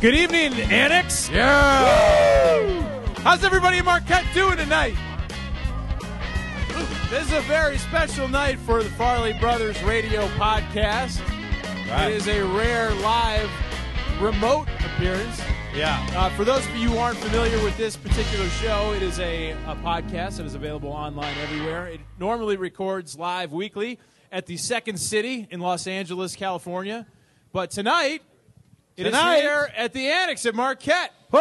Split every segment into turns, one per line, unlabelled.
Good evening, Annex.
Yeah.
How's everybody in Marquette doing tonight? This is a very special night for the Farley Brothers Radio Podcast. It is a rare live remote appearance.
Yeah.
Uh, for those of you who aren't familiar with this particular show, it is a, a podcast that is available online everywhere. It normally records live weekly at the Second City in Los Angeles, California. But tonight, it is
Tonight.
here at the Annex at Marquette. The,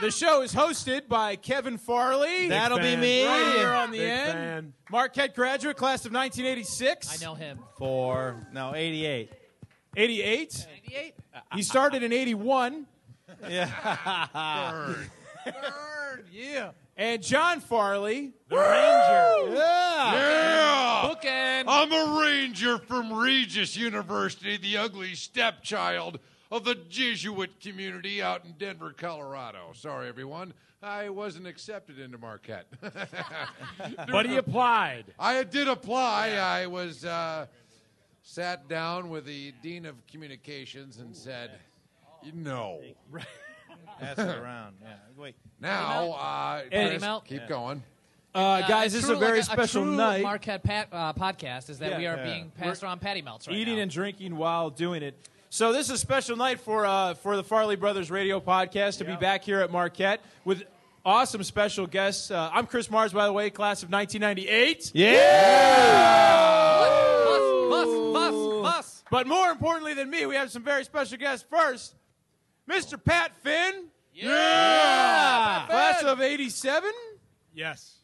the show is hosted by Kevin Farley.
That'll be
fan.
me.
right here on the
Big
end.
fan.
Marquette graduate, class of 1986.
I know him.
Four.
Oh,
No, 88.
88.
98?
Uh, He started in 81.
Yeah.
And John Farley.
The
Yeah.
Ranger.
Oh,
Yeah!
Bookend.
I'm a ranger from Regis University, the ugly stepchild of the Jesuit community out in Denver, Colorado. Sorry, everyone. I wasn't accepted into Marquette.
But he applied.
I did apply. I was uh, sat down with the dean of communications and said, "No."
Pass it around. Yeah. Wait.
Now, uh,
And-
Chris,
Came out.
keep going.
Uh, guys,
a
this
true-
is a very
like
special
a true
night.
Marquette pat, uh, podcast is that
Yeah.
we are
Yeah.
being passed around patty melts right
eating
now.
and drinking while doing it. So this is a special night for uh, for the Farley Brothers Radio Podcast to be back here at Marquette with awesome special guests. Uh, I'm Chris Mars, by the way, class of 1998.
Fuss, fuss, fuss, fuss.
But more importantly than me, we have some very special guests. First, Mr. Pat Finn,
Yeah.
class of '87,
Yes.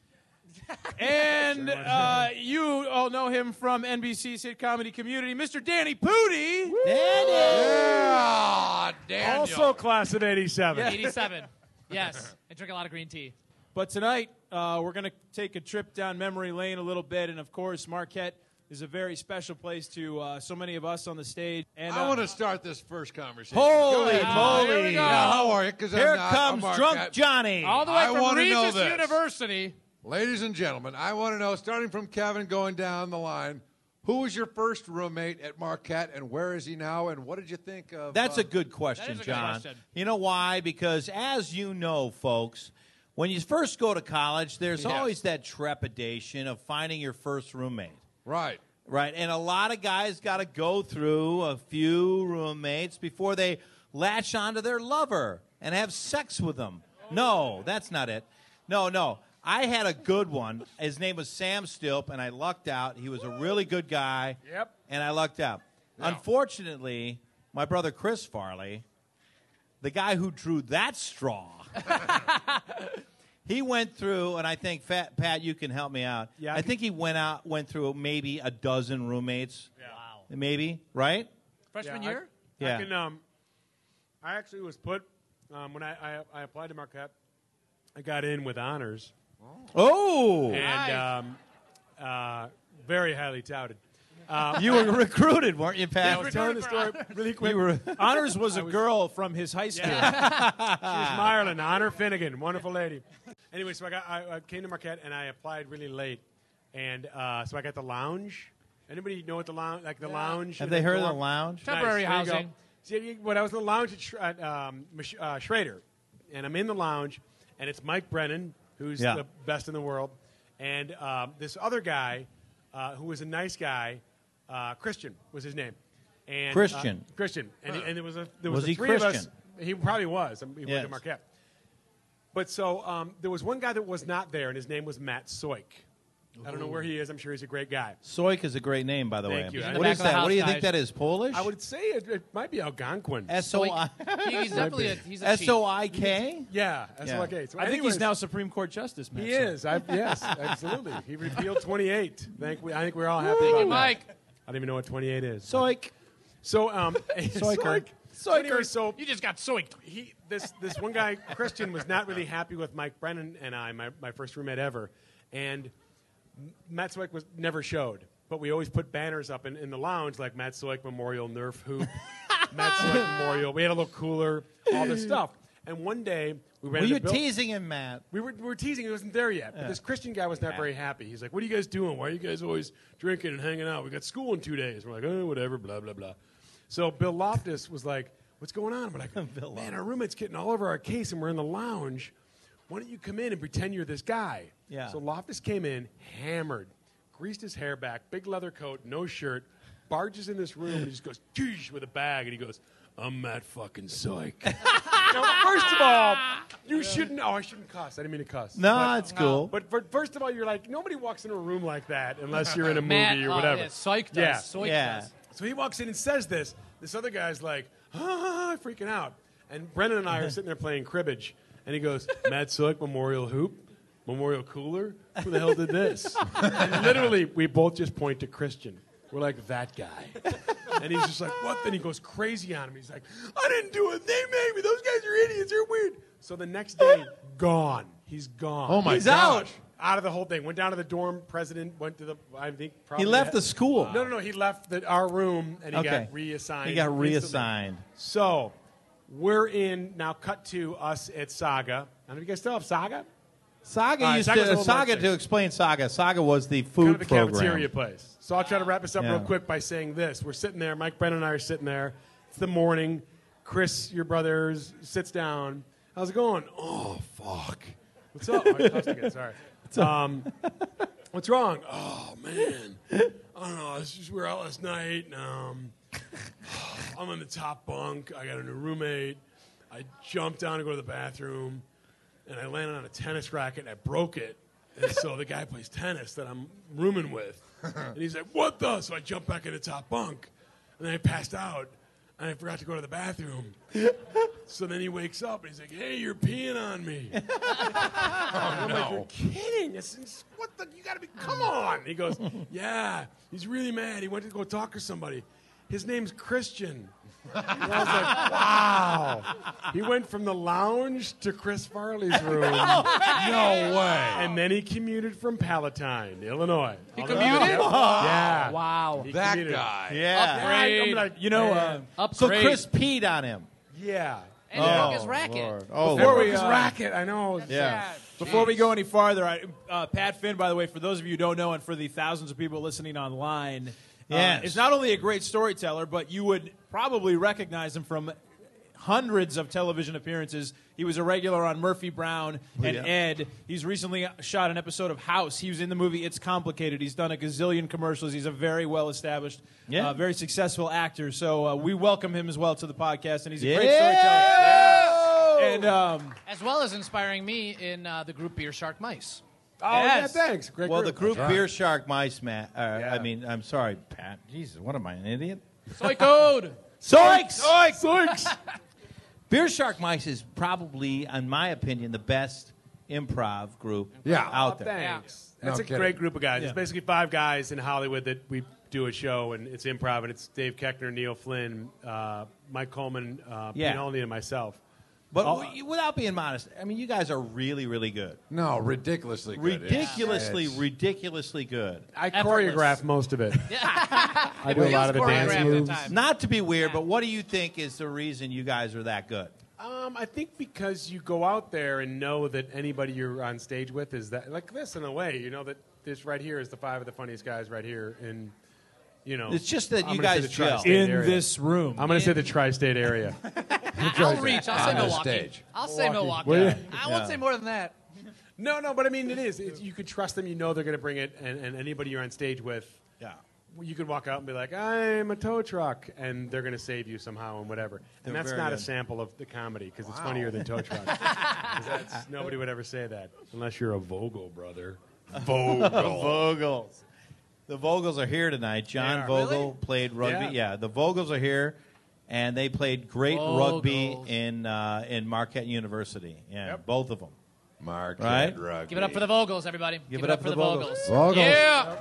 and uh, you all know him from NBC's hit comedy community, Mr. Danny Pudi.
Yeah, Daniel.
Also class of 87.
87. Yes. I drink a lot of green tea.
But tonight, uh, we're going to take a trip down memory lane a little bit. And of course, Marquette is a very special place to uh, so many of us on the stage. And
I
uh,
want to start this first conversation.
Holy
Ah, here we
moly.
go.
Now, how are you? Because
Here
I'm not
comes
a Marquette.
drunk Johnny.
All the way
I
from
wanna know
Regis
this.
University.
Ladies and gentlemen, I want to know, starting from Kevin going down the line, who was your first roommate at Marquette, and where is he now, and what did you think of?
That's
uh,
a good question,
That is a good
John.
question.
You know why? Because as you know, folks, when you first go to college, there's
Yes.
always that trepidation of finding your first roommate.
right.
Right. And a lot of guys got to go through a few roommates before they latch onto their lover and have sex with them. No, that's not it. No, no. I had a good one. His name was Sam Stilp, and I lucked out. He was a really good guy.
Yep.
And I lucked out. Unfortunately, my brother Chris Farley, the guy who drew that straw, he went through, and I think Fat, Pat, you can help me out.
Yeah, I
I,
can-
think he went out, went through maybe a dozen roommates,
Wow.
maybe right?
Freshman
Yeah, I-
year?
Yeah.
I can, um, I actually was put, um, when I, I, I applied to Marquette, I got in with honors.
Oh,
And
Nice.
um, uh, very highly touted.
you were recruited, weren't you,
I
Pat?
was telling the story really quick.
You were.
Honors was a girl from his high school.
She's from Ireland. Honor Finnegan, wonderful lady. Anyway, so I got I, I came to Marquette and I applied really late, and uh, so I got the lounge. Anybody know what the lounge like? The lounge.
Have
in
they heard of the
dorm?
lounge?
Nice,
Temporary
there you go.
housing.
See, you- when I was in the lounge at, Sh- at um, Mich- uh, Schrader, and I'm in the lounge, and it's Mike Brennan, who's
Yeah.
the best in the world, and um, this other guy, uh, who was a nice guy, uh, Christian was his name, and uh,
Christian.
Christian, and, and there was a, there was,
Was
the
he
three of us.
Christian?
He probably was. I mean, He worked
Yes.
at Marquette. But so um, there was one guy that was not there, and his name was Matt Soik. I don't know where he is. I'm sure he's a great guy.
Soik is a great name, by the
Thank
way.
you. He's in
What
the
is
back of the
that? What do you
house,
think
guys.
that is? Polish?
I would say it, it might be Algonquin.
S
So
O
he-
I
he- he's definitely a, he's a
S
cheat.
O I K.
Yeah, that's
Yeah.
what Gates.
I think
Anyways,
he's now Supreme Court Justice. Matt
He
Sorum.
is. I, yes, absolutely. He revealed 28. Thank we. I think we're all happy
Thank
about
you,
that.
Mike.
I don't even know what 28 is.
Soik.
so um, Soiker. So anyway, so
You just got soinked.
he this this one guy Christian was not really happy with Mike Brennan and I, my, my first roommate ever, and Matt Soik was never showed, but we always put banners up in, in the lounge like Matt Soik Memorial Nerf Hoop, Matt Soik Memorial. We had a little cooler, all this stuff, And one day we ran
Were
into
you
Bill-
teasing him, Matt?
we were, we were teasing. He wasn't there yet. But this Christian guy was not very happy. He's like, "What are you guys doing? Why are you guys always drinking and hanging out? We got school in two days." We're like, "Oh, whatever." Blah blah blah. So Bill Loftus was like, "What's going on?" We're like,
Bill
"Man, our roommate's getting all over our case, and we're in the lounge. Why don't you come in and pretend you're this guy?"
Yeah.
So Loftus came in, hammered, greased his hair back, big leather coat, no shirt, barges in this room, and he just goes, "Geesh," with a bag, and he goes, "I'm Matt fucking Psych." Now, first of all, you shouldn't. Oh, I shouldn't cuss. I didn't mean to cuss.
No,
But-
it's cool.
But, but first of all, you're like nobody walks in a room like that unless you're in a movie
Matt,
or
oh,
whatever.
yeah, Psych does.
Yeah.
Psych
Yeah.
does.
So he walks in and says this. This other guy's like, "Ah, ah, ah," freaking out. And Brennan and I are sitting there playing cribbage, and he goes, "Matt Silk, Memorial Hoop, Memorial Cooler. Who the hell did this?" and literally, we both just point to Christian. We're like that guy. And he's just like, what? Then he goes crazy on him. He's like, I didn't do it. They made me. Those guys are idiots. They're weird. So the next day, gone. He's gone.
Oh my
He's
gosh.
out.
Out of the whole thing. Went down to the dorm. President went to the. I think probably
He left the school.
No, no, no. He left the, our room and he
Okay.
got reassigned.
He got
instantly.
reassigned.
So we're in now. Cut to us at Saga. I don't know if you guys still have Saga.
Saga
All right,
used
Saga's
to
a little
Saga
lunchbox.
to explain Saga. Saga was the
Kind
food
of the
program.
cafeteria place. So I'll try to wrap this up
Yeah.
real quick by saying this: We're sitting there. Mike Brennan and I are sitting there. It's the morning. Chris, your brother, s- sits down. How's it going? Oh fuck. What's up? Oh, I cussed again, Sorry. Um, what's wrong? Oh man, I don't know. It's just we were out last night. And, um, I'm on the top bunk. I got a new roommate. I jumped down to go to the bathroom, and I landed on a tennis racket and I broke it. And so the guy plays tennis that I'm rooming with, and he's like, "What the?" So I jumped back in the top bunk, and then I passed out, and I forgot to go to the bathroom. So then he wakes up and he's like, "Hey, you're peeing on me."
No.
kidding. This is, what the? You gotta be. Come on. He goes, yeah. He's really mad. He went to go talk to somebody. His name's Christian. And I was like, wow. He went from the lounge to Chris Farley's room,
No way.
and then he commuted from Palatine, Illinois. He
commuted?
Yeah.
Wow.
Ah. He
That
commuted.
guy.
Yeah.
Yeah, I'm like,
You know, uh,
man.
So
Upgrade.
Chris peed on him.
yeah.
And he broke
Oh,
his racket.
Lord. Oh,
Before
Lord.
we uh, his racket, I know.
yeah.
Before we go any farther, I, uh, Pat Finn, by the way, for those of you who don't know, and for the thousands of people listening online, uh,
Yes.
is not only a great storyteller, but you would probably recognize him from hundreds of television appearances. He was a regular on Murphy Brown and
Oh, Yeah.
Ed. He's recently shot an episode of House. He was in the movie It's Complicated. He's done a gazillion commercials. He's a very well established,
Yeah.
uh, very successful actor. So uh, we welcome him as well to the podcast, and he's a great storyteller.
Yeah.
And um,
As well as inspiring me in uh, the group Beer Shark Mice.
Oh,
Yes.
yeah, thanks. Great
Well, the
group.
group Beer Shark Mice, Matt. Uh,
Yeah.
I mean, I'm sorry, Pat. Jesus, what am I, an idiot?
Psychode!
Soiks!
Zoinks.
Beer Shark Mice is probably, in my opinion, the best improv group
Yeah.
out there.
Oh, Thanks.
Yeah.
That's
No
a
kidding.
great group of guys.
Yeah.
It's basically five guys in Hollywood that we do a show, and it's improv, and it's Dave Keckner, Neil Flynn, uh, Mike Coleman, uh,
Yeah.
Pete Olney, and myself.
But
Oh.
w- without being modest, I mean, you guys are really, really good.
No, ridiculously good. It's-
Ridiculously,
it's-
ridiculously good.
I
Effortless.
choreograph most of it. I do a
Feels
lot of the
choreographed
dance
at
moves.
times.
Not to be weird, but what do you think is the reason you guys are that good?
Um, I think because you go out there and know that anybody you're on stage with is that like this in a way. You know that this right here is the five of the funniest guys right here, and you know
It's just that
I'm
you
gonna say
guys
the
gel.
tri-state
in
area.
this room.
I'm going to say the tri-state area.
I'll reach. I'll say
on the
Milwaukee.
stage.
I'll say Milwaukee.
Will you?
I won't
Yeah.
say more than that.
No, no, but I mean, it is. It, you could trust them. You know they're going to bring it, and, and anybody you're on stage with,
Yeah.
you could walk out and be like, "I'm a tow truck," and they're going to save you somehow and whatever.
They're
And that's
very
not a
good.
sample of the comedy because it's
Wow.
funnier than tow truck. 'Cause that's- nobody would ever say that unless you're a Vogel brother.
Vogel.
Vogels. The Vogels are here tonight. John
They are.
Vogel
Really?
played rugby. Yeah.
Yeah.
the Vogels are here, and they played great rugby
Vogels.
in uh, in Marquette University. Yeah,
Yep.
both of them.
Mark
Right?
Rugby.
Give it up for the Vogels, everybody. Give,
it up for the Vogels.
Vogels.
Yeah.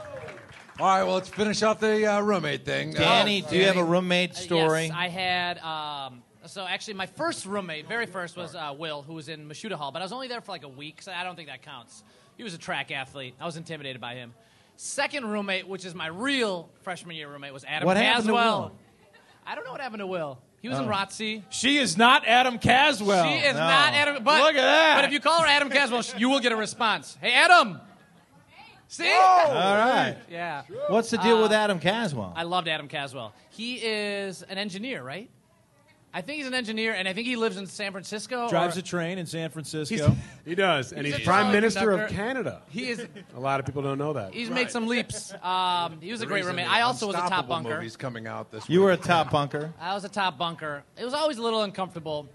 All right, well, let's finish off the uh, roommate thing. Uh,
Danny, do you have a
Danny.
roommate
Uh,
story?
Yes, I had. Um, so actually, my first roommate, very first, was uh, Will, who was in Mashuda Hall, but I was only there for like a week, so I don't think that counts. He was a track athlete. I was intimidated by him. Second roommate, which is my real freshman year roommate, was Adam
What happened to
Caswell.
Will? Oh.
I don't know what happened to Will. He was in ROTC.
She is not Adam Caswell.
she is not Adam. But,
Look at that.
But if you call her Adam Caswell, sh- you will get a response. Hey, Adam. See?
All right.
yeah.
What's the deal with Adam Caswell?
Uh, I loved Adam Caswell. He is an engineer, right? I think he's an engineer, and I think he lives in San Francisco. or-
Drives a train in San Francisco.
He does, and he's,
a
prime
solid
minister of
conductor.
Canada.
He is.
A lot of people don't know that.
He's made some leaps. Um, he was a great roommate. I also was a top bunker.
Movies coming out this
you
week.
were a top bunker.
I was a top bunker. It was always a little uncomfortable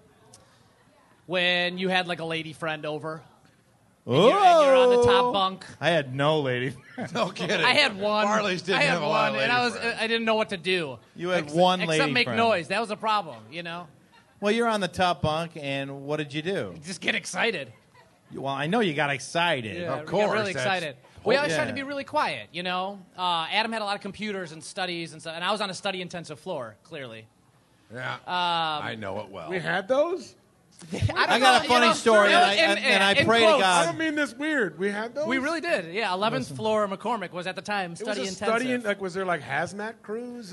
when you had like a lady friend over.
Oh,
You're, and you're on the top bunk.
I had no lady.
No kidding.
I had one.
Barley's didn't
I had
have a
one,
lot of
and I
lady
was
friends.
I didn't know what to do.
You had
Ex-
one
except
lady
make
friend.
noise. That was a problem, you know.
Well, you're on the top bunk, and what did you do?
Just get excited.
Well, I know you got excited.
Yeah,
Of
we got
course,
really
that's-
excited. We always
yeah.
tried to be really quiet, you know. Uh, Adam had a lot of computers and studies and stuff, and I was on a study intensive floor. Clearly,
Yeah.
Um,
I know it well.
we had those.
I,
I got a funny story, and I, and, and I pray to
I
God.
don't mean this weird. We had those.
Uh, We really did. Yeah, 11th floor McCormick was at the time
It was
study
a
intensive.
study. In, like, was there like hazmat crews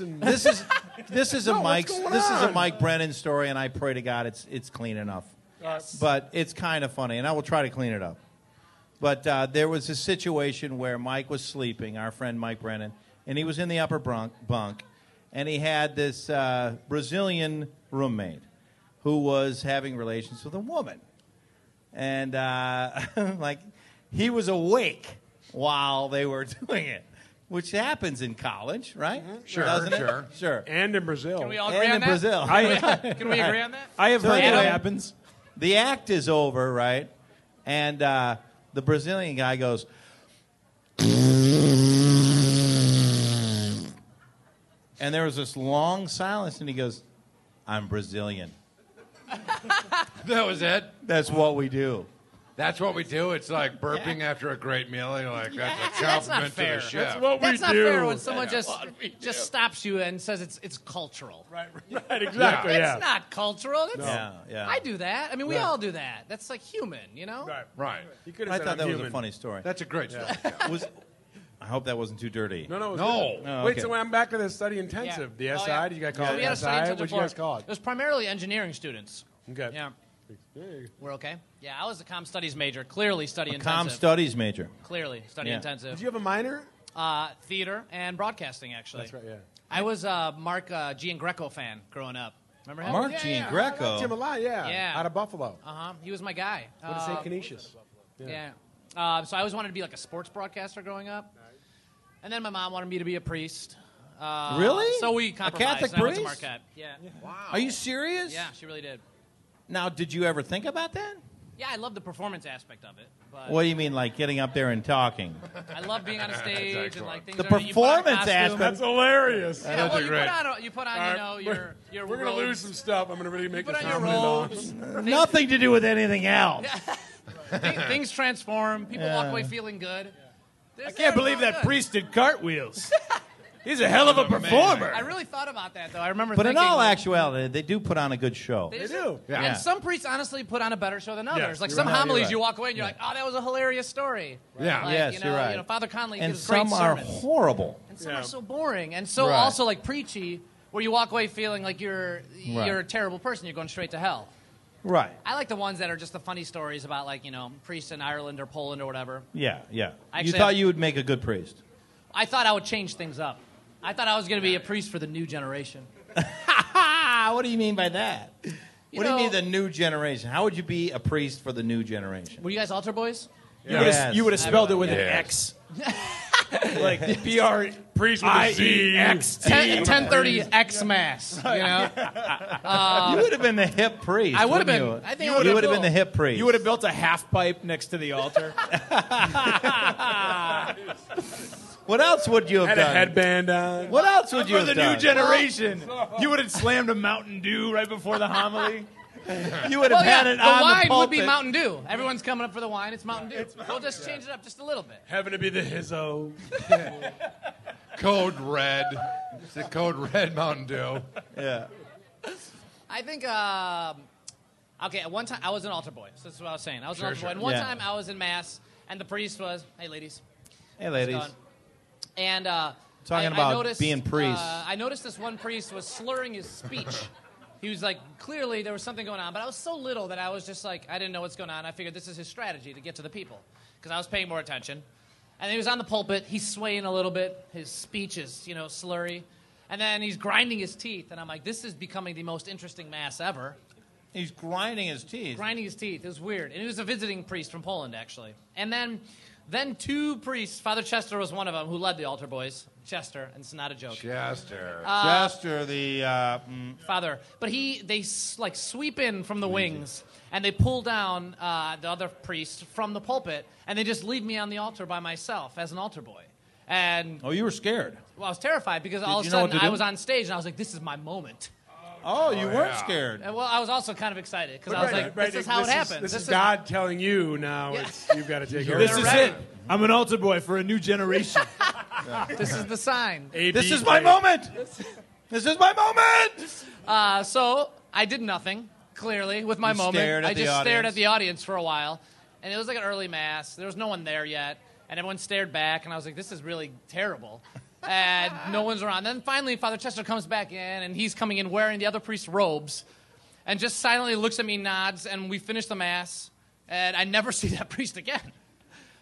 and
This is this is a
No, what's
Mike's
going
this is a
on?
Mike Brennan story, and I pray to God it's it's clean enough.
Yes.
But it's kind of funny, and I will try to clean it up. But uh, there was a situation where Mike was sleeping, our friend Mike Brennan, and he was in the upper bunk, bunk and he had this uh, Brazilian roommate who was having relations with a woman, and uh, like he was awake while they were doing it, which happens in college, right?
Mm-hmm. Sure,
Doesn't it?
sure.
sure.
and in Brazil.
Can we all agree
And
on
in
that?
Brazil.
Can we agree on that?
I have
So
heard that
anyway-
happens.
the act is over, right? And uh, the Brazilian guy goes, and there was this long silence, and he goes, "I'm Brazilian.
that was it.
That's what we do."
That's what we do. It's like burping after a great meal. You're like, that's a
that's not
compliment
fair.
to the chef.
That's what
That's
we
not
do.
fair when someone just
What we do.
just stops you and says it's it's cultural.
right, right, exactly. Yeah.
It's not cultural. That's,
Yeah, yeah.
I do that. I mean, we
Right.
all do that. That's like human, you know.
Right.
right.
He could have
I
said,
thought
"I'm
that was a
human."
funny story.
That's a great story.
Was, I hope that wasn't too dirty.
No, no, it was
No.
good.
No, Oh,
Wait,
okay.
so when I'm back to the study intensive,
Yeah.
the
Oh,
SI.
yeah.
Did you guys call
So
it
we had a
SI?
study
What
intensive
did you
floor.
guys call
It
it?
was primarily engineering students.
Okay.
Yeah,
Hey.
we're okay. Yeah, I was a com studies major. Clearly, study intensive.
Com studies major.
Oh,
Clearly, study
Yeah.
intensive.
Did you have a minor?
uh, theater and broadcasting, actually.
That's right. Yeah.
I was a Mark uh, Greco fan growing up. Remember him?
Mark
yeah,
Jean
yeah, I liked him a
Greco.
lot. Yeah.
Yeah.
Out of Buffalo.
Uh huh. He was my guy.
What is
Uh,
Um,
St. Canisius?
Yeah. Uh, so I always wanted to be like a sports broadcaster growing up. And then my mom wanted me to be a priest. Uh,
Really?
So we
A
compromised.
Catholic
and I went to
priest?
Marquette. Yeah.
Are you serious?
Yeah, she really did.
Now, did you ever think about that?
Yeah, I love the performance aspect of it. But
What do you mean, like getting up there and talking?
I love being on a stage and like things.
The
are- you put on a
performance
costume.
aspect-
That's hilarious.
Yeah, well, you
That'd be
put
great.
on a- you put on you
Alright,
know your
we're-
your
We're gonna
robes.
lose some stuff. I'm gonna really make
put
this
on your
nominee long.
robes.
Nothing to do with anything else.
Thi- things transform. People walk
Yeah.
away feeling good. There's-
I can't
there's
believe
all
that
good.
priest did cartwheels. He's a hell of a performer.
I really thought about that though. I remember.
But in
thinking,
all actuality, they do put on a good show.
They
Is
do.
Yeah.
And some priests honestly put on a better show than others. like
you're
some
right.
homilies,
You're right.
you walk away and you're like, "Oh, that was a hilarious story."
Yeah.
Like,
Yes,
you know,
you're right.
You know, Father Conley
And
gives great
some are
sermons,
horrible.
and some
Yeah.
are so boring and so
Right.
also like preachy, where you walk away feeling like you're
Right.
you're a terrible person. You're going straight to hell.
Right.
I like the ones that are just the funny stories about like you know priests in Ireland or Poland or whatever.
Yeah, yeah.
Actually,
you thought
I-
you would make a good priest.
I thought I would change things up. I thought I was going to be a priest for the new generation.
Ah, what do you mean by that? what
know-
do you mean the new generation? How would you be a priest for the new generation?
Were you guys altar boys?
You would've-
Yes.
You would have spelled it with an
Yes.
X. like P R
Priest with a
I
Z.
E X T.
1030 X Mass. You know,
you would have been the hip priest.
I would
wouldn't
have been.
you?
I think
you
I would
would have been the hip priest.
You would have built a half pipe next to the altar.
What else would you have
Had a
done?
headband on.
What else would you
For
have
the
done?
new generation, you would have slammed a Mountain Dew right before the homily.
You would have
Well, yeah,
had
the
it on
wine
the
would be
pulpit.
Mountain Dew. Everyone's coming up for the wine. It's Mountain Dew. we'll just change it up just a little bit.
Having to be the hizzo.
Code Red. It's the Code Red Mountain Dew.
Yeah.
I think. Um, okay, at one time I was an altar boy. So that's what I was saying. I was an
Sure,
altar boy.
sure.
And one
Yeah.
time I was in mass, and the priest was, "Hey, ladies."
Hey, ladies.
Gone. And uh,
Talking
I- I
about
noticed,
being priests.
uh, I noticed this one priest was slurring his speech. He was like, clearly there was something going on, but I was so little that I was just like, I didn't know what's going on. I figured this is his strategy to get to the people because I was paying more attention. And he was on the pulpit. He's swaying a little bit. His speech is, you know, slurry. And then he's grinding his teeth. And I'm like, this is becoming the most interesting mass ever.
He's grinding his teeth.
Grinding his teeth. It was weird. And he was a visiting priest from Poland, actually. And then, then two priests, Father Chester was one of them, who led the altar boys. Chester, and it's not a joke.
Chester.
Uh, Chester, the uh, mm,
father. But he, they s- like sweep in from the wings and they pull down uh, the other priest from the pulpit and they just leave me on the altar by myself as an altar boy. And
oh, you were scared.
well, I was terrified because all of a
you know what
sudden
to
I
do?
was on stage and I was like, this is my moment.
Oh, you weren't
yeah.
scared.
And well, I was also kind of excited because I was like, this is how it
happens.
happened.
This, is God telling you now.
Yeah.
It's, you've got to take over.
This
They're
is
ready.
it. I'm an altar boy for a new generation.
this is the sign.
AD
This is my
player.
moment. This is my moment.
Uh, so I did nothing, clearly, with my
You
moment.
stared at
I
the
just stared
audience.
at the audience for a while. And it was like an early mass. There was no one there yet. And everyone stared back. And I was like, this is really terrible. And no one's around. Then finally, Father Chester comes back in. And he's coming in wearing the other priest's robes. And just silently looks at me, nods. And we finish the mass. And I never see that priest again.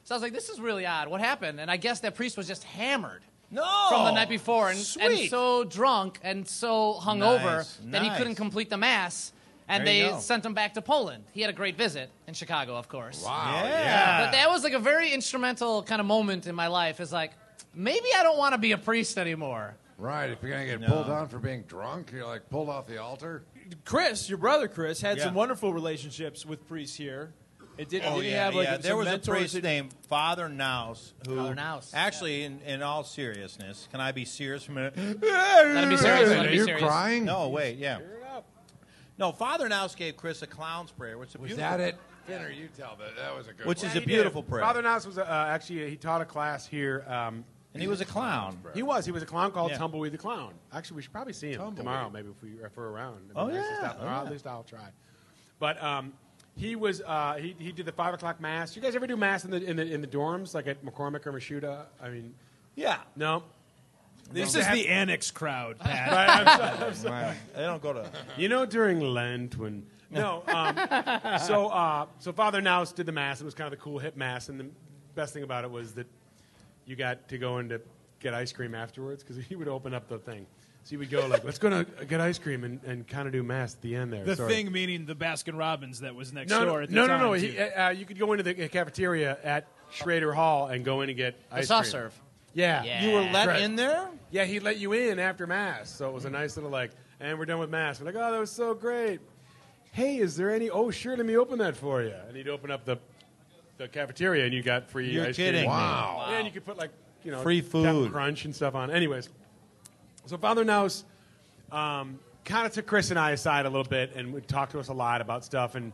So I was like, this is really odd. What happened? And I guess that priest was just hammered
No.
from the night before and, and
Oh, Sweet.
so drunk and so hungover
Nice,
that he
nice.
couldn't complete the mass and
There you
they
go.
sent him back to Poland. He had a great visit in Chicago, of course.
Wow.
yeah.
But that was like a very instrumental kind of moment in my life. Is like maybe I don't want to be a priest anymore.
Right. If you're going to get
No.
pulled on for being drunk, you're like pulled off the altar.
Chris, your brother Chris, had
Yeah.
some wonderful relationships with priests here. It did,
Oh,
did he
yeah,
have like
yeah.
some
there was a
mentors
priest
that-
named Father Naus who
Father Naus,
actually, in, in all seriousness, can I be serious for a minute?
Let him be
Wait a
serious.
minute,
Let him
Are
be
you
serious.
crying?
No, wait, yeah. No, Father Naus gave Chris a clown's prayer, which is a
Was
beautiful,
that it? Finner, you tell that. That was a good
which
one.
is
He
a
did.
beautiful prayer.
Father Nas was uh, actually he taught a class here. Um,
and he was a clown.
he was he was a clown called
Yeah.
Tumbleweed the Clown. Actually, we should probably see him
Tumbleweed.
tomorrow, maybe if we if we're around.
Oh,
Maybe I should
yeah.
stop-
Oh,
or At
yeah.
least I'll try. But um, he was uh, he he did the five o'clock mass. You guys ever do mass in the in the in the dorms like at McCormick or Mashuda? I mean,
Yeah,
no.
This is the annex crowd,
Ah,
Pat.
Right, I'm sorry.
they don't go to.
You know, during Lent when no, um, so uh, so Father Naus did the mass. It was kind of the cool hip mass, and the best thing about it was that you got to go in to get ice cream afterwards because he would open up the thing. So you would go like, "Let's go to get ice cream and, and kind of do mass at the end there."
The
Sorry.
thing meaning the Baskin Robbins that was next
No,
door
no,
at the
no,
time.
no, no.
too.
He, uh, uh, you could go into the cafeteria at Schrader Hall and go in and get
The
ice
soft
cream.
serve.
Yeah.
Yeah.
You were let
Right.
in there.
Yeah, he let you in after mass, so it was a nice little like, and we're done with mass. We're like, oh, that was so great. Hey, is there any? Oh, sure, let me open that for you. And he'd open up the, the cafeteria, and you got free.
You're
ice
kidding
Cream.
me.
Wow.
Yeah, and you could put like you know
Free
Captain
food.
crunch and stuff on. Anyways, so Father Naus um, kind of took Chris and I aside a little bit and would talk to us a lot about stuff. And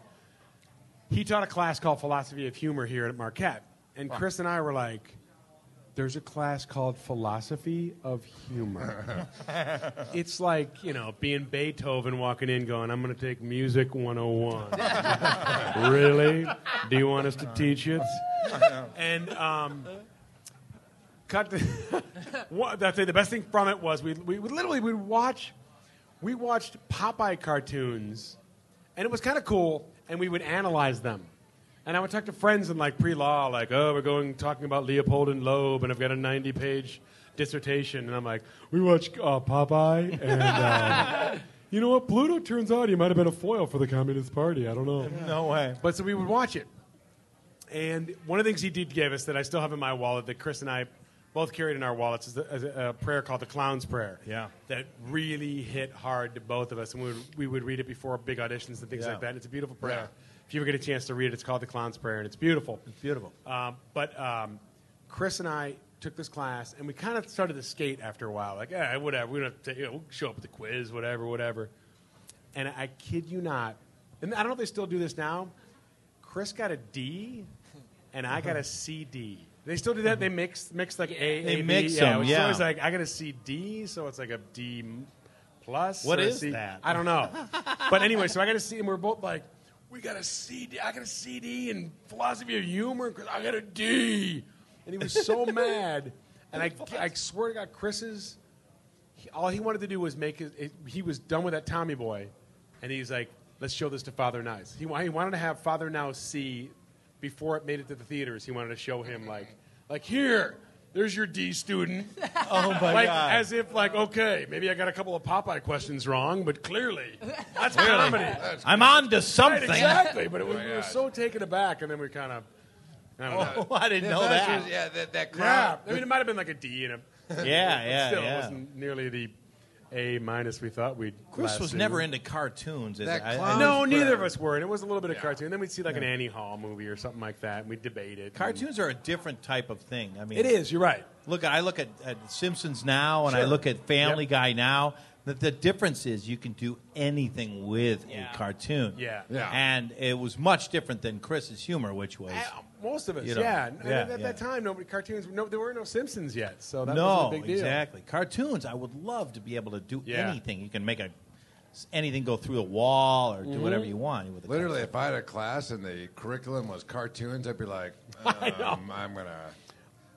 he taught a class called Philosophy of Humor here at Marquette. And Chris and I were like, "There's a class called Philosophy of Humor. it's like you know being Beethoven walking in, going, "I'm going to take music 101. really? Do you want us to teach it?" and um, cut. The, what, that's it. The best thing from it was we, we would literally we'd watch, we watched Popeye cartoons, and it was kind of cool. And we would analyze them, and I would talk to friends in like pre-law, like, oh, we're going talking about Leopold and Loeb, and I've got a ninety-page dissertation, and I'm like, we watch uh, Popeye, and uh, you know what? Pluto turns out he might have been a foil for the Communist Party. I don't know.
No way.
But so we would watch it. And one of the things he did give us that I still have in my wallet that Chris and I both carried in our wallets is the- is a, a prayer called the Clown's Prayer.
Yeah.
That really hit hard to both of us. And we would, we would read it before big auditions and things
Yeah.
like that. And it's a beautiful prayer.
Yeah.
If you ever get a chance to read it, it's called the Clown's Prayer, and it's beautiful.
It's beautiful.
Um, but um, Chris and I took this class, and we kind of started to skate after a while. Like, eh, whatever. We don't have to, you know, we'll show up at the quiz, whatever, whatever. And I kid you not, and I don't know if they still do this now. Chris got a D, and I got a CD. They still do that. They mix mix like A.
They
A, B,
mix
yeah,
them,
which
yeah.
It's always like I got a CD, so it's like a D m- plus.
What
or a
is
C-
that?
I don't know. but anyway, so I got a CD, and we we're both like, we got a CD. I got a CD in philosophy of humor because I got a D. And he was so mad, and I, I swear to God, Chris's he, all he wanted to do was make his. It, he was done with that Tommy boy, and he's like, "Let's show this to Father Nice." He, wa- he wanted to have Father Now see before it made it to the theaters. He wanted to show him like, like here, there's your D student,
Oh my
like
god!
as if like, okay, maybe I got a couple of Popeye questions wrong, but clearly that's comedy.
I'm on to
Right,
something. Oh
exactly. But it was,
my
we were
God.
so taken aback, and then we kind of, I don't know.
Oh, I didn't know that.
Just- yeah, that, that
Yeah,
crowd.
I mean, it might have been like a D and a
Yeah, yeah,
still
yeah.
wasn't nearly the A minus we thought we'd.
Chris
last
was
in.
never into cartoons. Is
That
I- I-
clown-
No, neither of
Brad.
us were, and it was a little bit of cartoon. Then we'd see like an Annie Hall movie or something like that, and we'd debate it.
cartoons are a different type of thing. I mean,
It is. You're right.
Look, I look at, at Simpsons now, and I
Sure.
look at Family
Yep.
Guy now. The, the difference is you can do anything with
Yeah.
a cartoon.
Yeah.
Yeah.
And it was much different than Chris's humor, which was.
I- Uh, most of us,
You know,
yeah. And
yeah,
at
yeah.
that time, nobody cartoons. No, there were no Simpsons yet, so that
no,
was a big deal.
exactly. Cartoons, I would love to be able to do
Yeah.
anything. You can make a anything go through a wall or
Mm-hmm.
do whatever you want with a
Literally, if I had a class and the curriculum was cartoons, I'd be like, um, I'm gonna,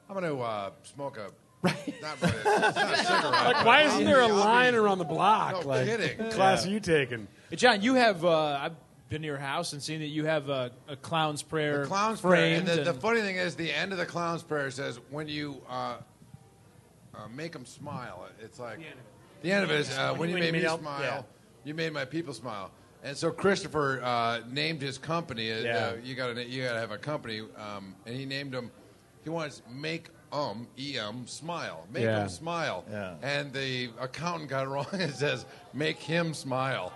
I'm gonna uh, smoke a. Right. Not really, it's not a cigarette.
Like,
but
uh, why isn't there a
I'll be- I'll be-
line around the block?
No
like,
kidding.
what class are you taking?
Hey, John, you have. Uh, I've been to your house and seen that you have a, a clown's prayer.
The clown's prayer.
framed
And the, the
and-
funny thing is, the end of the clown's prayer says, "When you uh, uh, make them smile, it's like the end of it is uh, when you made me
made them-
smile,
yeah.
you made my people smile." And so Christopher uh, named his company. uh,
Yeah.
Uh, you got to you got to have a company, um, and he named him. He wants make um em smile, make
Yeah.
him smile.
Yeah.
And the accountant got it wrong. It says make him smile.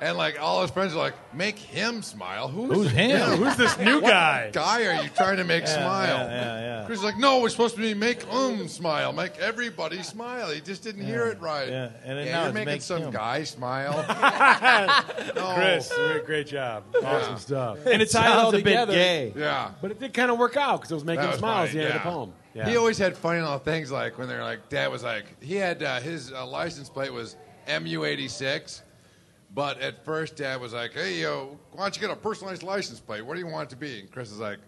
And like all his friends are like, make him smile. Who is
Who's
the-
him?
Who's this new guy?
guy are you trying to make smile?
yeah, yeah.
Chris is like, no, we're supposed to be make um smile, make everybody smile. He just didn't hear it right.
yeah. And then
yeah,
now
you're
it's
making
make
some
him.
guy smile. no.
Chris, you did a great job. Awesome stuff.
and it's tied it all
Sounds a bit
together.
gay.
Yeah.
But it did kind of work out because it was making
That was
smiles at
funny,
the end of the
yeah.
poem. Yeah.
He always had funny little things like when they're like, Dad was like, he had uh, his uh, license plate was MU86, but at first Dad was like, hey, yo, why don't you get a personalized license plate? What do you want it to be? And Chris is like,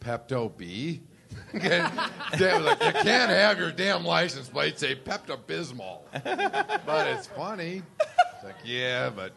Pepto B? And Dad was like, you can't have your damn license plate say Pepto Bismol. but it's funny. It's like, yeah, but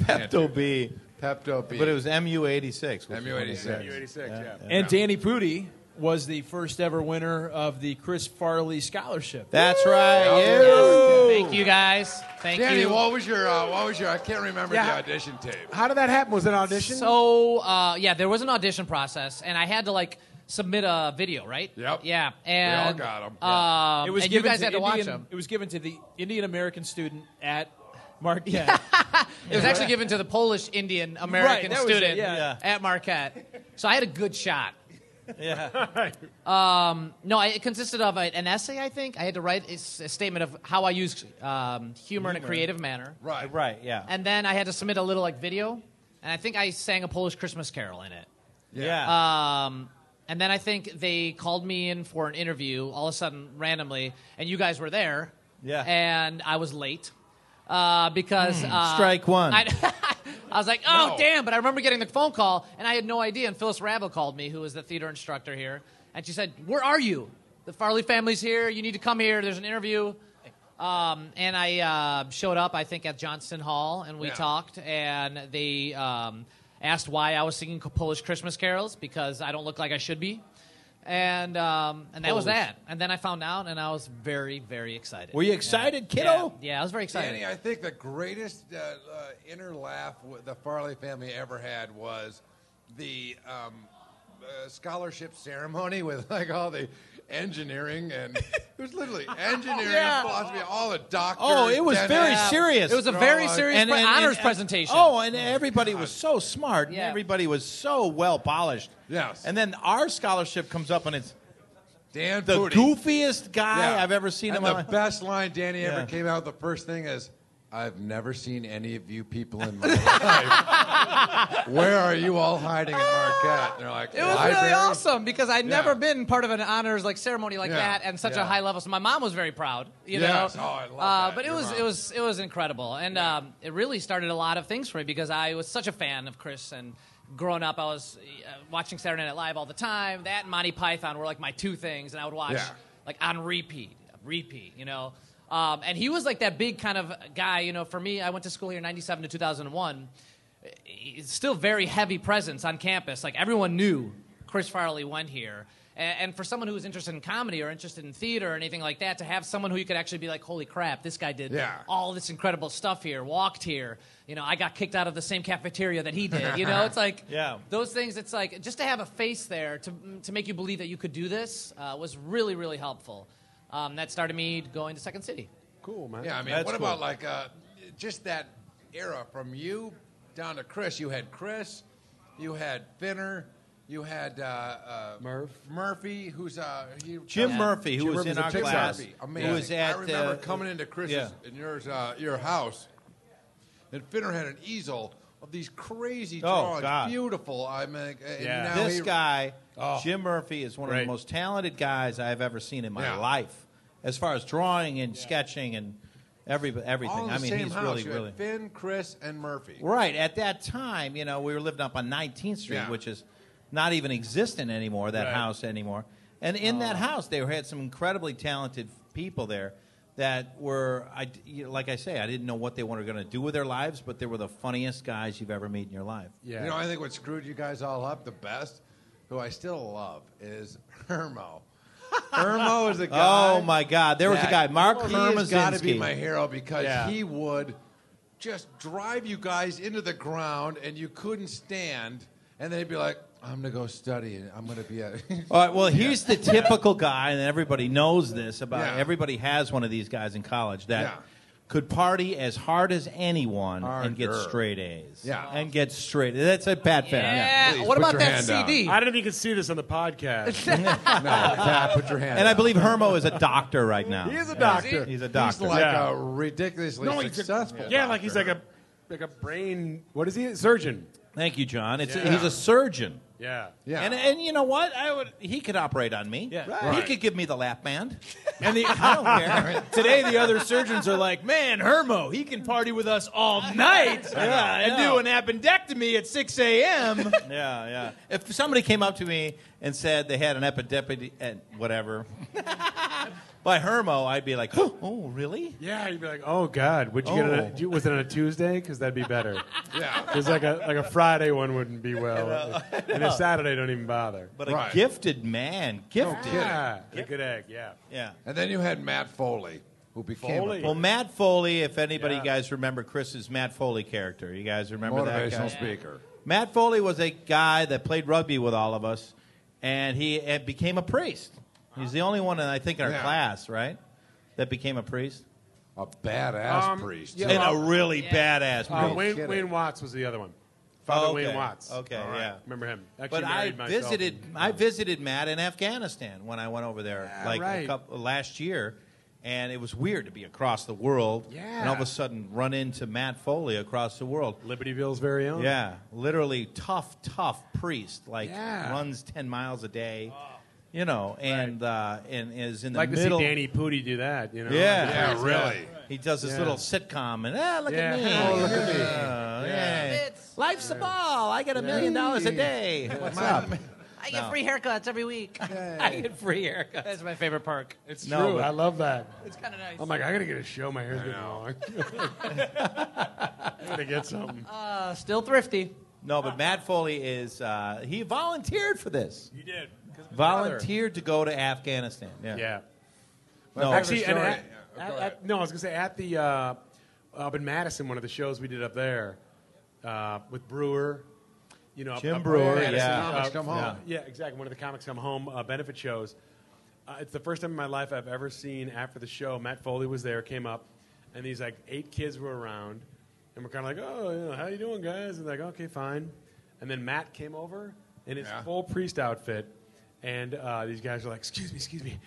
Pepto B.
Pepto B.
But it was MU86. which is
MU86.
U86, yeah.
And Danny Pudi was the first ever winner of the Chris Farley scholarship.
That's right.
Yeah.
Yeah.
Thank you guys. Thank
Danny,
you.
what was your, uh, what was your, I can't remember
Yeah.
the audition tape.
How did that happen? Was it an audition?
So uh, yeah, there was an audition process, and I had to like submit a video, right?
Yep.
Yeah,
all
and
got 'em.
uh,
Um,
It was
and you
given
guys
to
had to watch
Indian,
them.
It was given to the Indian American student at Marquette.
It was actually given to the Polish Indian
Right,
American
that was it,
student
yeah.
at Marquette. So I had a good shot. Um,
Yeah.
No, I, it consisted of a, an essay. I think I had to write a, s- a statement of how I used um, humor in a creative manner,
Right.
Right, yeah.
and then I had to submit a little like video, and I think I sang a Polish Christmas carol in it.
yeah.
Um, and then I think they called me in for an interview all of a sudden, randomly, and you guys were there.
Yeah. Hmm.
And I was late uh, because uh,
strike one.
I, I was like, oh
No.
damn! But I remember getting the phone call, and I had no idea. And Phyllis Rabel called me, who was the theater instructor here, and she said, "Where are you? The Farley family's here. You need to come here. There's an interview." Um, and I uh, showed up, I think, at Johnston Hall, and we
Yeah.
talked, and they um, asked why I was singing Polish Christmas carols because I don't look like I should be, and um, and that was
Polish.
that. And then I found out, and I was very, very excited.
Were you excited,
yeah,
kiddo?
yeah, I was very excited.
Danny, I think the greatest uh, uh, inner laugh w- the Farley family ever had was the um, uh, scholarship ceremony with like all the engineering and it was literally engineering, philosophy, all the doctors.
Oh, it was very
dentists.
serious.
It was a very
Drawing.
serious pre- honors presentation.
Oh, and everybody was so smart.
Yeah.
And everybody was so well polished.
Yes.
And then our scholarship comes up, and it's
Dan
the
Pudi.
goofiest guy
Yeah.
I've ever seen.
And
in
the
my life.
best line Danny
Yeah.
ever came out. The first thing is, "I've never seen any of you people in my life. Where are you all hiding in Marquette?" And they're like,
It was
"Library?"
really awesome because I'd
Yeah.
never been part of an honors like ceremony like
Yeah.
that and such a
Yeah.
high level. So my mom was very proud. You
Yes.
know,
Oh, I love
uh,
that.
but it
Your
was
mom.
it was it was incredible, and um, it really started a lot of things for me because I was such a fan of Chris and. Growing up, I was uh, watching Saturday Night Live all the time. That and Monty Python were like my two things, and I would watch
Yeah.
like on repeat, repeat, you know. Um, Um, and he was like that big kind of guy, you know, for me, I went to school here 97 to 2001. He's still very heavy presence on campus. Like everyone knew Chris Farley went here. And, and for someone who was interested in comedy or interested in theater or anything like that, to have someone who you could actually be like, holy crap, this guy did
Yeah.
all this incredible stuff here, walked here. You know, I got kicked out of the same cafeteria that he did. You know, it's like
Yeah.
those things. It's like just to have a face there to, to make you believe that you could do this uh, was really, really helpful. Um, that started me going to Second City.
Cool, man.
Yeah, I mean,
That's
what about
cool.
like uh, just that era from you down to Chris? You had Chris, you had Finner, you had uh, uh,
Murph.
Murphy, who's uh, he,
Jim
uh,
Murphy, who
Jim
was
Murphy's
in
a
our
Pixar.
class,
Murphy,
who
amazing.
was at
I remember
uh,
coming into Chris's
yeah.
and yours, uh, your house, and Finner had an easel of these crazy
Oh,
drawings,
God.
beautiful. I mean, and
Yeah.
now
this
he-
guy,
Oh.
Jim Murphy, is one of
Right.
the most talented guys I've ever seen in my
Yeah.
life, as far as drawing and sketching and every everything.
all in the
I mean,
same
he's
house.
really,
you
really
had Finn, Chris, and Murphy.
right. At that time, you know, we were living up on 19th Street,
Yeah.
which is not even existent anymore. That
Right.
house anymore. And in that
Uh.
house, they had some incredibly talented people there that were, I, d- you know, like I say, I didn't know what they were going to do with their lives, but they were the funniest guys you've ever met in your life.
You know, I think what screwed you guys all up the best, who I still love, is Hermo. Hermo is a guy.
Oh my God! There was a
that-
guy, Mark
He has got to be
Hermazinski.
my hero because
Yeah.
he would just drive you guys into the ground, and you couldn't stand. And then he'd be like, "I'm gonna go study, and I'm gonna be a."
All right. Well, here's the typical guy, and everybody knows this about.
Yeah.
Everybody has one of these guys in college that
Yeah.
could party as hard as anyone and get
Harder.
straight A's.
Yeah.
and get straight. That's a bad fit.
Yeah.
Please,
what
put
about
your
that
hand down.
CD?
I don't know if you can see this on the podcast.
no, yeah, put your hand.
And I
up.
believe Hermo is a doctor right now.
he is a
Is
doctor.
he?
He's a doctor.
he's like
Yeah.
a ridiculously
No, he's a-
successful.
yeah, like he's like
doctor.
a like a brain. What is he? Surgeon.
Thank you, John. It's
Yeah.
he's a surgeon.
Yeah.
yeah.
And and you know what? I would he could operate on me.
Yeah.
He
Right.
could give me the lap band.
And the,
I don't care.
today, the other surgeons are like, "Man, Hermo, he can party with us all night
Yeah,
and
yeah.
do an appendectomy at 6 a.m."
Yeah, yeah. If somebody came up to me and said they had an epidemic and whatever by Hermo, I'd be like, oh, really?
Yeah, you'd be like, oh God, would you get it? on a-
Oh.
do- was it on a Tuesday? Because that'd be better.
yeah.
Because like a like a Friday one wouldn't be well, and a Saturday don't even bother.
But a
Right.
gifted man, gifted.
yeah, a good egg. Yeah.
Oh.
yeah.
And then you had Matt Foley, who became
Foley.
a
Well, Matt Foley, if anybody
Yeah.
guys remember Chris's Matt Foley character, you guys remember that guy?
motivational speaker.
Matt Foley was a guy that played rugby with all of us, and he uh, became a priest. He's the only one, I think, in our
Yeah.
class, right, that became a priest.
A badass
Um,
priest.
yeah.
And a
well,
really
yeah.
badass priest.
Uh, Wayne,
kidding.
Wayne Watts was the other one. Father
Okay.
Wayne Watts.
Okay,
All right.
yeah.
Remember him? Actually
But I
married myself
visited,
and-
I visited Matt in Afghanistan when I went over there,
Yeah,
like a
right.
couple, last year, and it was weird to be across the world, and all of
Yeah.
a sudden run into Matt Foley across the world.
Libertyville's very own.
Yeah, literally tough, tough priest, like
Yeah.
runs ten miles a day, you know, and uh, and is in the
Like to see
middle.
Danny Pudi do that. You know.
Yeah.
Yeah, really.
He does this
Yeah.
little sitcom, and ah, look
Yeah.
at me,
Oh, look at me.
Yeah.
Yeah.
Yeah. Life's a ball. I get a million dollars a day. What's up?
I get free haircuts every week. I get free haircuts. That's my favorite perk.
It's
No,
true.
but-
I love that.
It's kind of nice.
I'm like, I gotta get a show. My hair's getting long. I gotta get something.
Uh, still thrifty.
No, but Matt Foley is uh, he volunteered for this.
You did.
Volunteered to go to Afghanistan. Yeah.
Yeah.
No,
Actually, and
story.
at,
Yeah, go
at-
ahead.
at- no, I was gonna say at the uh, up in Madison, one of the shows we did up there uh, with Brewer, you know, up-
Jim
up-
Brewer,
Madison,
yeah.
Comics Come Home.
yeah, yeah, exactly. One of the comics come home uh, benefit shows. Uh, it's the first time in my life I've ever seen after the show. Matt Foley was there, came up, and these like eight kids were around, and we're kind of like, oh, you know, how you doing, guys? And they're like, okay, fine. And then Matt came over in his
Yeah.
full priest outfit, and uh, these guys are like, excuse me, excuse me,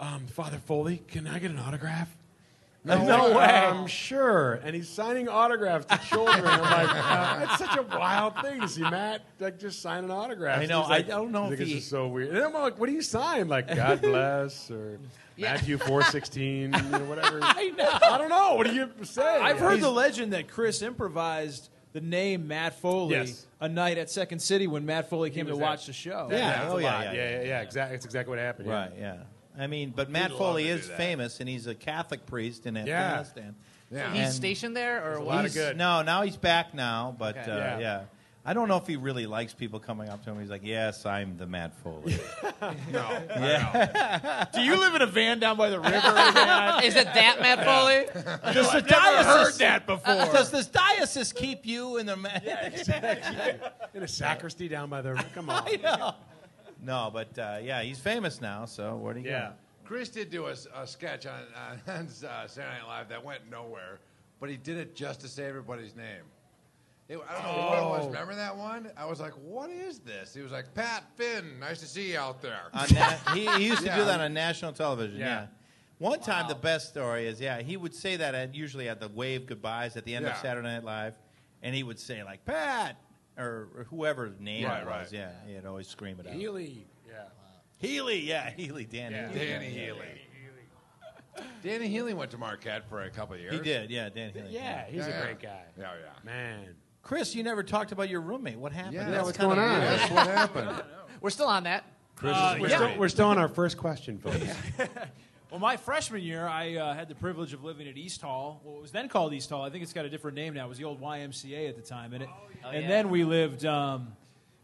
um, Father Foley, can I get an autograph? No, no way. I'm sure. And he's signing autographs to children. I'm like, that's such a wild thing to see Matt like just signing autographs.
I know.
He's like-
I don't know
I think
if
it's
he-
just so weird. And I'm like, what do you sign? Like, God bless or Matthew 416 or whatever. I know. I don't know. What do you say?
I've heard the legend that Chris improvised the name Matt Foley
Yes.
a night at Second City when Matt Foley came to
was
watch
there.
the show.
Yeah.
That's
Oh,
a
yeah,
lot.
yeah,
yeah, yeah, Exactly. That's exactly what happened. yeah.
Right. Yeah. I mean, but Matt
love
Foley
to do
is
that.
famous, and he's a Catholic priest in Afghanistan.
Yeah.
He's
And-
stationed there, or
lot
what?
of
He's-
good.
No, now he's back now, but
Okay.
uh,
Yeah.
yeah. I don't know if he really likes people coming up to him. He's like, "Yes, I'm the Matt Foley."
No.
Do you live in a van down by the river? man?
Is it that Matt Foley?
Does the
I've
diocese-
heard that before.
Does this diocese keep you in the? Ma-
In a sacristy down by the. Come on.
no, but uh, yeah, he's famous now. So where do you
Yeah.
Chris did do a, s- a sketch on, on, on uh, Saturday Night Live that went nowhere, but he did it just to say everybody's name. It- I don't know what it was. Remember that one? I was like, what is this? He was like, Pat Finn, nice to see you out there.
go? On na- he, he used to
Yeah.
do that on national television. Yeah.
Yeah.
One time, the best story is yeah, he would say that at, usually at the wave goodbyes at the end of
Yeah.
Saturday Night Live, and he would say like Pat or, or whoever's name
Right,
it
right.
was. Yeah, he'd always scream it out.
Healy. Yeah.
Healy, yeah, Healy, Dan
Yeah.
Healy.
Danny Healy. Danny Healy went to Marquette for a couple of years.
He did, yeah, Dan Healy.
Yeah, he's
Yeah.
a great guy.
Yeah, yeah.
Man.
Chris, you never talked about your roommate. What happened?
Yeah,
That's
what's
kinda
going on?
weird.
That's what happened.
We're still on that.
We're, still, we're still on our first question, folks.
Well, my freshman year, I uh, had the privilege of living at East Hall. What was then called East Hall, I think it's got a different name now. It was the old YMCA at the time, and it,
Oh,
and
yeah.
then we lived. Um,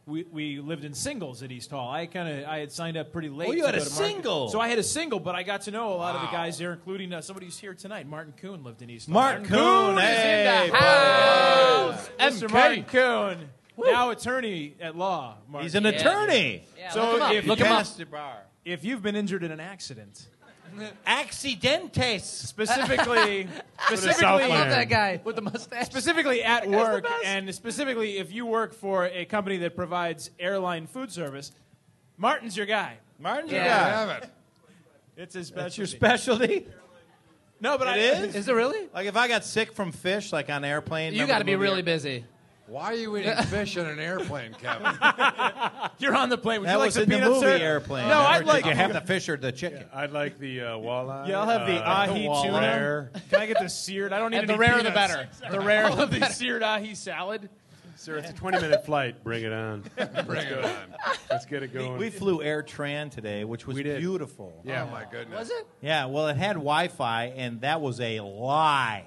we, we lived in singles at East Hall. I kind of I had signed up pretty late.
Oh, you
to
had
go
a
to Market.
single.
So I had a single, but I got to know a lot of the
Wow.
guys there, including uh, somebody who's here tonight. Martin Kuhn lived in East Hall.
Martin Coon, hey, buddy.
Mr. Martin Kuhn, now attorney at law. Martin.
he's an
Yeah.
attorney.
Yeah,
So
look him up.
if
look
you
him up.
ask-
the bar.
if you've been injured in an accident,
Accidentes.
specifically,
I
specifically,
love that guy with the mustache.
specifically at
guy's the
work,
best.
and specifically if you work for a company that provides airline food service, Martin's your guy.
Martin's
Yeah.
I have it.
It's his specialty.
That's your specialty.
no, but I,
It is?
Is it really?
Like if I got sick from fish, like on an airplane,
You
remember
got
the
to be
movie?
really busy.
Why are you eating fish on an airplane, Kevin?
You're on the plane. Would
That
you like
was
some
in the
peanuts,
movie
sir?
airplane.
No,
Remember,
I'd
did
like-
you have the fish or the chicken.
I'd like the uh, walleye.
Yeah, I'll have the
uh,
ahi tuna.
Rare.
Can I get the seared? I don't need
And the
any
rarer the
peanuts.
better. The rarer the
Love the
better.
seared ahi salad.
Sir, it's a 20 minute flight. Bring it on.
Bring it on.
Let's get it going.
We flew Air Tran today, which was
We did.
beautiful.
yeah.
Oh, my goodness.
Was it?
Yeah, well, it had Wi-Fi, and that was a lie.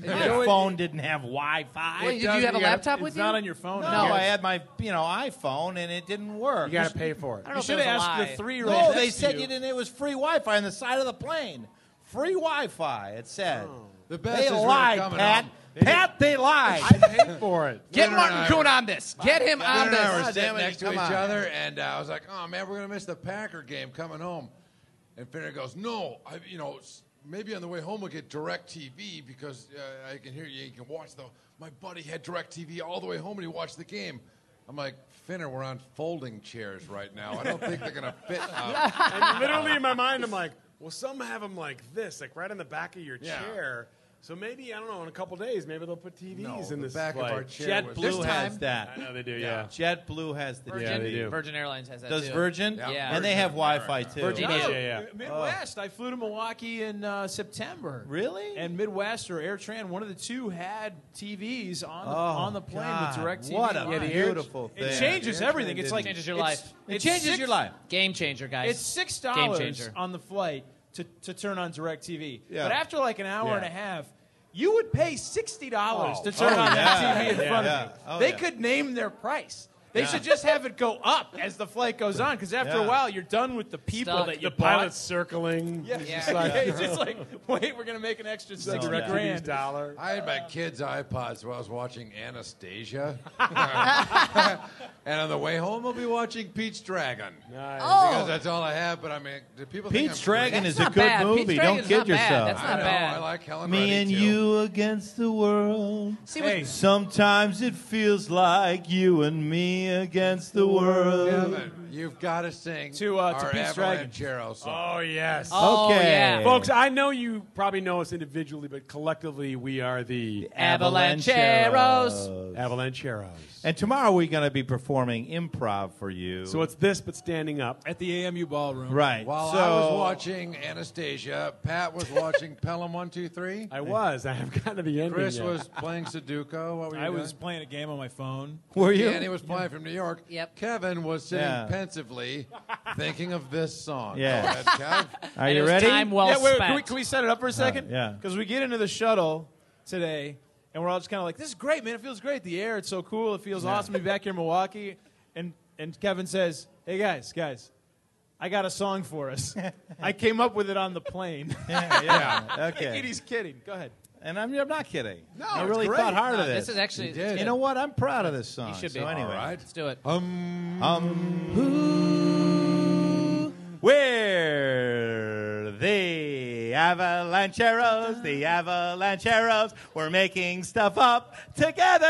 know
Your phone didn't have Wi-Fi.
Wait, did you have a laptop with
it's
you?
not on your phone.
no, I had my you know iPhone, and it didn't work.
you got to pay for it.
I don't know
You should
if it was a
have asked
lie.
the three-year-old.
no,
next
they
to
said you. didn't. It was free Wi-Fi on the side of the plane. Free Wi-Fi. It said.
The best
They
is we're
lied,
coming
Pat.
up.
Pat, they lied.
Pay for it.
Get
Leonard
Martin
and I
Kuhn
were-
on this. Get him on
Leonard and
this.
I were sitting
damn it,
next to
come
each
on.
other, and uh, I was like, "Oh man, we're gonna miss the Packer game coming home." And Finner goes, "No, I, you know, s- maybe on the way home we'll get Direct TV because uh, I can hear you. You can watch the. My buddy had Direct TV all the way home, and he watched the game." I'm like, Finner, we're on folding chairs right now. I don't think they're gonna fit. Up.
And literally in my mind, I'm like, well, some have them like this, like right on the back of your
Yeah.
chair. So maybe I don't know. In a couple days, maybe they'll put TVs
no,
in
the
this
back
flight.
of our chair was
This
JetBlue has
time-
I
that.
know they do. Yeah.
JetBlue has the.
Virgin,
Yeah, they do.
Virgin Airlines has that
Does
too.
Virgin?
Yeah,
Yeah.
And they have
Virgin
Wi-Fi
America.
too.
Virgin
No.
Yeah, yeah, yeah.
Midwest. I flew to Milwaukee in uh, September.
Really?
And Midwest or AirTran, one of the two had TVs on the,
Oh,
on the plane
God,
with direct TV.
What a
line.
beautiful thing.
It changes
Yeah,
everything.
AirTran
It's like
didn't. Changes your
it's-
life.
It
it's
changes
six-
your life.
Game changer, guys.
It's six
Game
dollars
changer.
on the flight to, to turn on direct TV.
Yeah.
But after like an hour
Yeah.
and a half, you would pay sixty dollars
Oh,
to turn
oh,
on
yeah.
that TV in
Yeah.
front
Yeah.
of you.
Oh,
they
yeah.
could name their price. They should just have it go up as the flight goes on, because after a
Yeah.
while, you're done with the people
Stuck.
that you
The
bought.
pilot's circling.
Yeah.
It's
Yeah.
just like,
It's just like, wait, we're going to make an extra
like
six
direct TV's
grand.
dollar.
I had my kids' iPods while I was watching Anastasia, and on the way home, I'll be watching Pete's Dragon.
Oh,
Because that's all I have, but I mean, do people think
Pete's
I'm
Dragon
crazy?
is
not
a good
bad. Pete's
movie.
Dragon
Don't
is
kid
not bad.
yourself.
That's
I
not
know,
bad.
I like Helen
Me
Reddy,
and
too.
you against the world.
See, what-
Sometimes it feels like you and me against the world.
Kevin, you've got to sing
To, uh, to
our
Pete's Dragon.
Avalanchero song.
Oh yes.
Oh,
okay.
yeah.
Folks, I know you probably know us individually, but collectively we are the
Avalancheros.
Avalancheros.
And tomorrow we're going to be performing improv for you.
So it's this, but standing up.
At the AMU ballroom.
right.
While
so,
I was watching Anastasia, Pat was watching Pelham One Two Three.
I was. I have gotten to the ending.
Chris
yet.
was playing Sudoku. What were you
I
doing?
was playing a game on my phone.
were you?
Yeah, and he was playing from New York.
Yep.
Kevin was sitting
Yeah.
pen intensively thinking of this song.
Yeah.
Oh, that count?
Are
And it
you
was
ready?
time well
yeah, wait, wait,
spent.
Can, we, can we set it up for a second?
yeah.
Because we get into the shuttle today, and we're all just kind of like, "This is great, man! It feels great. The air, it's so cool. It feels awesome to be back here in Milwaukee." And and Kevin says, "Hey guys, guys, I got a song for us. I came up with it on the plane."
yeah, yeah.
And
Okay.
he's kidding. Go ahead.
And I'm, I'm not kidding.
No,
I
it's
really
great.
thought hard
No,
of this.
this is actually.
You did.
you know what? I'm proud of this song.
should be.
So anyway.
All right.
Let's do it.
Um,
Um, we're the Avalancheros. The Avalancheros. We're making stuff up together.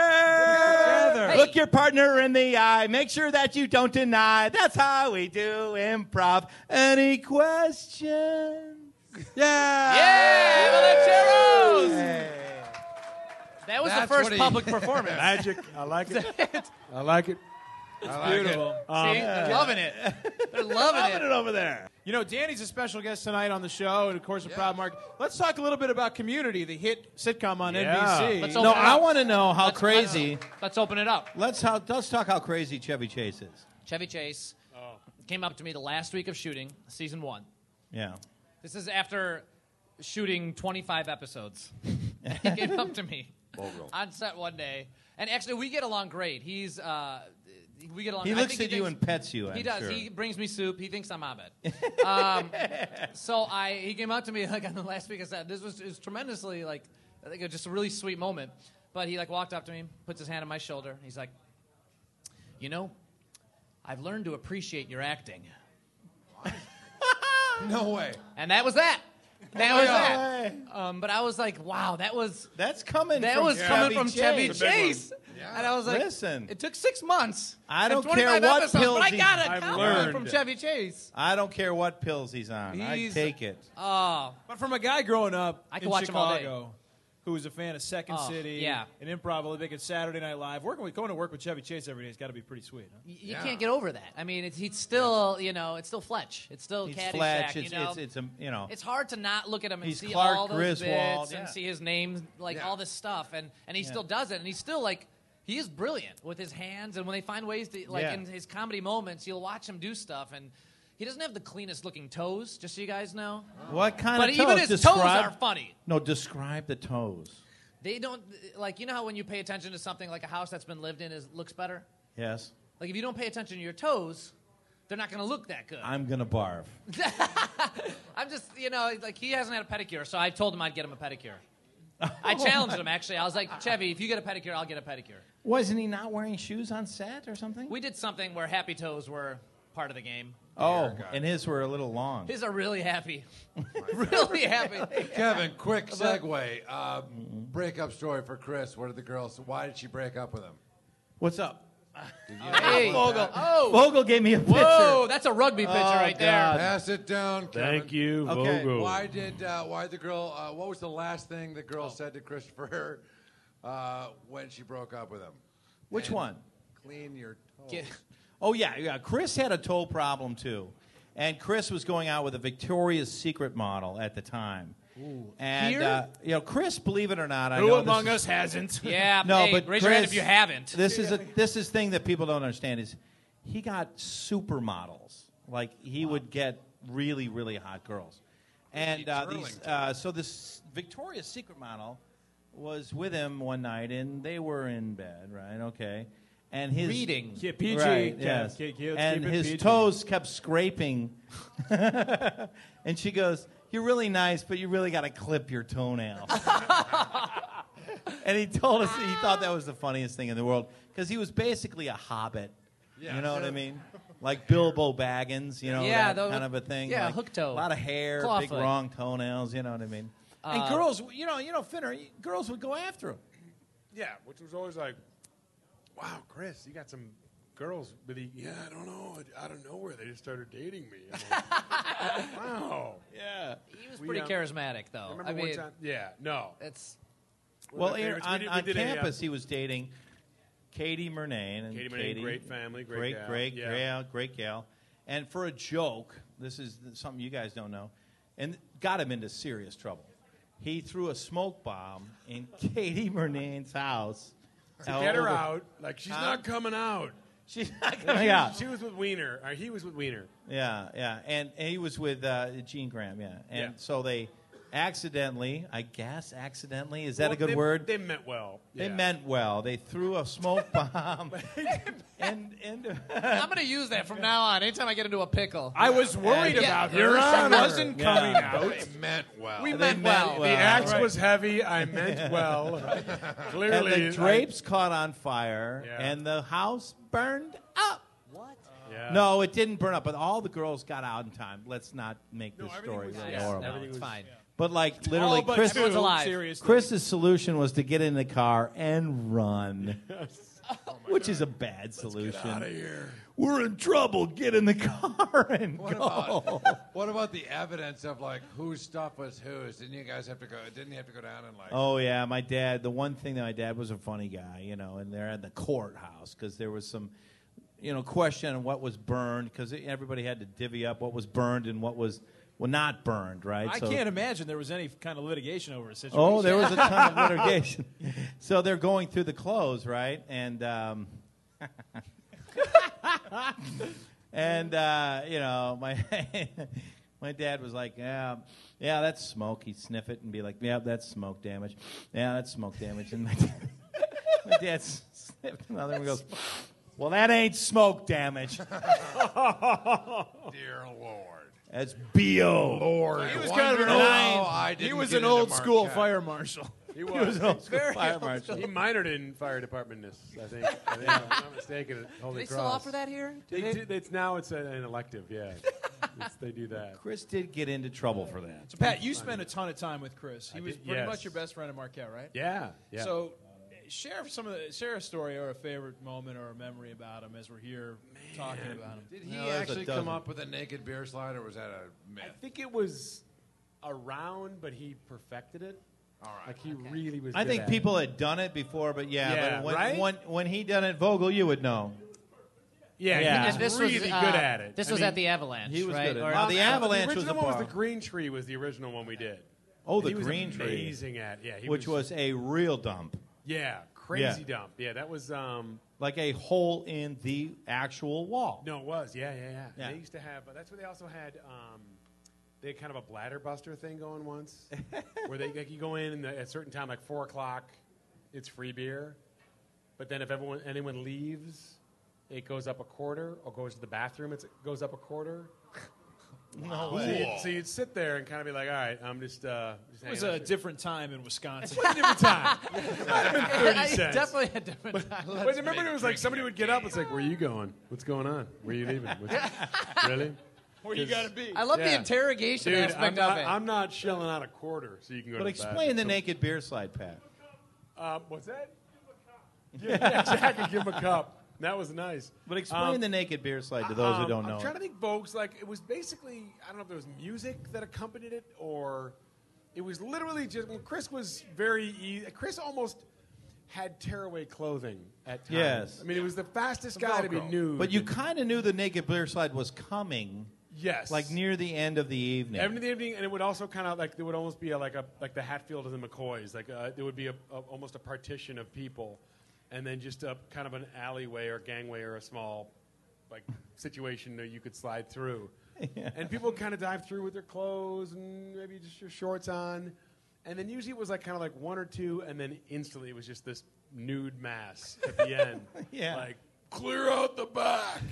Hey.
Look your partner in the eye. Make sure that you don't deny. That's how we do improv. Any questions?
Yeah, Avalancheros! That was
That's
the
what
first
he-
public performance.
Magic. I like it. I like it.
I like beautiful. It.
Um,
See? They're loving it. They're loving it.
over there.
You know, Danny's a special guest tonight on the show, and of course, a proud mark. Let's talk a little bit about Community, the hit sitcom on NBC.
Let's
No,
open it
I
up.
want to know how
Let's-
crazy.
Let's, let's open it up.
Let's how, let's talk how crazy Chevy Chase is.
Chevy Chase
Oh.
came up to me the last week of shooting, season one.
Yeah.
This is after shooting 25 episodes. he came up to me on set one day, and actually we get along great. He's uh, we get along.
He
I
looks
think
at you
thinks-
and pets you. I'm
he does.
sure.
He brings me soup. He thinks I'm Abed. um, so I he came up to me like on the last week. I said this was, it was tremendously like I think it was just a really sweet moment. But he like walked up to me, puts his hand on my shoulder. He's like, you know, I've learned to appreciate your acting,
No way.
and that was that. That was
Oh,
yeah.
that. Um, but I was like, wow, that was
That's coming.
that
from
was
Chevy
coming from Chevy
Chase.
Chase.
Yeah.
And I was like,
Listen.
it took six months.
I
and
don't care
25
what
episodes,
pills
but I
he-
got it.
I've
compliment from
learned.
Chevy Chase.
I don't care what pills he's on. I
He's-
take it.
Oh,
But from a guy growing up
I could
in
watch him all day.
Chicago, who was a fan of Second
Oh,
City,
yeah.
and Improv Olympic and Saturday Night Live, working with going to work with Chevy Chase every day has got to be pretty sweet. Huh?
you
Yeah.
can't get over that. I mean, it's, he's still, you know, it's still Fletch. It's still
He's
Caddyshack.
Fletch.
you
It's,
know,
it's it's a you know.
It's hard to not look at him and
He's
see
Clark
all those
Griswold,
bits
yeah.
and see his name, like
Yeah.
all this stuff, and and he still does it, and he's still like. He is brilliant with his hands, and when they find ways to, like
Yeah.
in his comedy moments, you'll watch him do stuff. And he doesn't have the cleanest looking toes, just so you guys know.
what kind
But
of
even
toes?
his
describe,
toes are funny.
No, describe the toes.
They don't like you know how when you pay attention to something like a house that's been lived in is looks better.
Yes,
Like if you don't pay attention to your toes, they're not going to look that good.
I'm gonna barf.
I'm just, you know, like he hasn't had a pedicure, so I told him I'd get him a pedicure. I challenged him actually. I was like, Chevy, if you get a pedicure, I'll get a pedicure.
Wasn't he not wearing shoes on set or something?
We did something where happy toes were part of the game.
oh, and his were a little long.
His are really happy, really happy.
Kevin, quick segue. Um, breakup story for Chris. What did the girls? Why did she break up with him?
What's up?
Did you
Hey,
know uh, about that?
Oh,
Vogel gave me a picture.
whoa, that's a rugby
Oh,
pitcher right there.
Pass it down, Kevin.
Thank you,
Okay,
Vogel.
Why did uh, why the girl? Uh, what was the last thing the
Oh.
girl said to Christopher uh, when she broke up with him?
Which
And
one?
Clean your toes.
Get-
Oh yeah, yeah. Chris had a toe problem too, and Chris was going out with a Victoria's Secret model at the time. And
Here?
uh, you know, Chris, believe it or not, I
Who
know
among
this
us hasn't?
Yeah,
Is, no,
hey,
but
raise your hand
Chris,
if you haven't.
This is a this is thing that people don't understand is he got supermodels. Like he would get really really hot girls, and uh, these
Turlington.
uh, so this Victoria's Secret model was with him one night, and they were in bed, right? Okay, and his
Reading.
Yeah, PG.
Right,
Kev,
yes.
Kev, Kev, let's
and
keep it
his
PG.
toes kept scraping. and she goes, You're really nice, but you really got to clip your toenail. and he told us he thought that was the funniest thing in the world because he was basically a hobbit.
Yeah.
You know what I mean? Like Bilbo Baggins, you know,
Yeah,
that
the-
kind of a thing.
yeah,
like
hook
A
toe.
lot of hair,
Claw
big
foot.
wrong toenails, you know what I mean?
Uh,
and girls, you know, you know, Finner, girls would go after him.
Yeah, which was always like, wow, Chris, you got some girls with the, yeah, I don't know, out of nowhere, they just started dating me. I'm like, wow.
Yeah.
He was
We,
pretty
um,
charismatic,
I
though.
remember
I
one
mean,
time, yeah, no.
it's
One of
Well,
my
here
favorites. We
on,
did- we
on
did a, uh,
campus, he was dating Katie Murnane. And
Katie Murnane, great family, great
great,
gal,
great,
yeah.
gal, great gal. And for a joke, this is something you guys don't know, and got him into serious trouble. He threw a smoke bomb in Katie Murnane's house.
Get her out. Like, she's
Huh?
not coming out.
She's not coming out.
She was with Wiener. Or he was with Wiener.
Yeah, yeah, and, and he was with uh, Gene Graham, yeah, and
Yeah.
so they accidentally, I guess, accidentally, is that a
Well,
good
they-
word?
They meant well.
They
Yeah.
meant well. They threw a smoke bomb, and and
I'm gonna use that from now on. Anytime I get into a pickle,
I was worried
Yeah.
about her.
Your
She
Honor.
wasn't
Yeah.
coming out.
They meant well.
we
they
meant
meant
well.
well.
The axe
Right.
was heavy. I meant well.
and
Clearly,
the
I-
drapes caught on fire,
Yeah.
and the house burned up.
Yeah.
No, it didn't burn up, but all the girls got out in time. Let's not make this
everything
story
was
really
nice.
No,
horrible.
it's fine.
But like literally,
All but
Chris,
two,
Everyone's alive.
seriously.
Chris's solution was to get in the car and run, which is a bad solution.
Outta here.
We're in trouble. Get in the car and
What
go.
about, what about the evidence of like whose stuff was whose? Didn't you guys have to go? Didn't you have to go down and like?
Oh yeah, my dad. The one thing that my dad was a funny guy, you know, and they're at the courthouse because there was some, you know, question on what was burned because everybody had to divvy up what was burned and what was well not burned, right?
I
So-
can't imagine there was any kind of litigation over a situation.
Oh, there was a ton of litigation. So they're going through the clothes, right? And um, and uh, you know, my my dad was like, yeah, yeah, that's smoke. He'd sniff it and be like, yeah, that's smoke damage. Yeah, that's smoke damage. And my dad, my dad sniffed another one and goes, well, that ain't smoke damage.
Dear Lord.
That's bo.
Lord.
He was kind of an
wonder
old,
how I didn't
he was
get
an
into
old school
Marquette.
fire marshal.
he was. he
Very fire marshal.
minored in fire departmentness. I think. I think if I'm not mistaken. at Holy
They
Cross.
still offer that here?
They do, it's now it's an elective. Yeah, It's- they do that.
Chris did get into trouble for that.
So Pat, you spent a ton of time with Chris. He
I
was
did,
pretty
yes.
much your best friend at Marquette, right?
Yeah. Yeah.
So share some of the, share a story or a favorite moment or a memory about him as we're here talking about him.
Did he
No, there's a
actually
dozen.
come up with a naked beer slide, or was that a myth?
I think it was around, but he perfected it. All right. Like he really was.
I
good
think
at it.
people had done it before, but yeah,
Yeah,
but when,
right?
when when he done it, Vogel, you would know.
Yeah.
Yeah.
He was
And this
really
was
good
uh,
at it.
This
I
was
mean,
at the Avalanche.
he was
right?
good at
Or-
it. Now, the Avalanche
the
was
original
the
one was
bar.
the Green Tree was the original one we did.
Oh, the
He was
green tree,
amazing at yeah, he
which was a real dump,
yeah crazy dump. Yeah, that was um
like a hole in the actual wall.
no it was yeah yeah yeah.
Yeah.
They used to have uh, that's where they also had um they had kind of a bladder buster thing going once where they like you go in and the, at a certain time like four o'clock it's free beer, but then if everyone anyone leaves. It goes up a quarter, or goes to the bathroom. It's, it goes up a quarter.
No
So
way.
you'd, so you'd sit there and kind of be like, "All right, I'm just." Uh, just
It was
hanging
a
out."
different time in Wisconsin.
different time.
I-
cents.
Definitely a different time. Let's
Wait, remember it was like somebody would get up. It's like, where are you going? What's going on? Where are you leaving? What's- really?
Where you gotta be?
I love the
Yeah.
interrogation
Dude,
aspect
I'm not,
of it.
I'm not shelling out a quarter, so you can go.
But
to
explain the
bathroom.
naked beer slide, Pat.
So, uh, what's that? Yeah, yeah, exactly. Give him a cup. That was nice.
But explain
Um,
the naked beer slide to those
um,
who don't know.
I'm
it.
trying to think, folks. Like it was basically, I don't know if there was music that accompanied it, or it was literally just. Well, Chris was very. E- Chris almost had tearaway clothing at times.
Yes.
I mean, it was the fastest guy to be
Velcro.
nude.
But you kind of knew the naked beer slide was coming,
yes,
like near the end of the evening.
Every the evening, and it would also kind of like there would almost be a, like a like the Hatfield and the McCoys. Like uh, there would be a, a, almost a partition of people, and then just a kind of an alleyway or gangway or a small like situation that you could slide through. And people would kind of dive through with their clothes and maybe just your shorts on, and then usually it was like kind of like one or two, and then instantly it was just this nude mass at the end.
Yeah.
like
Clear out the back.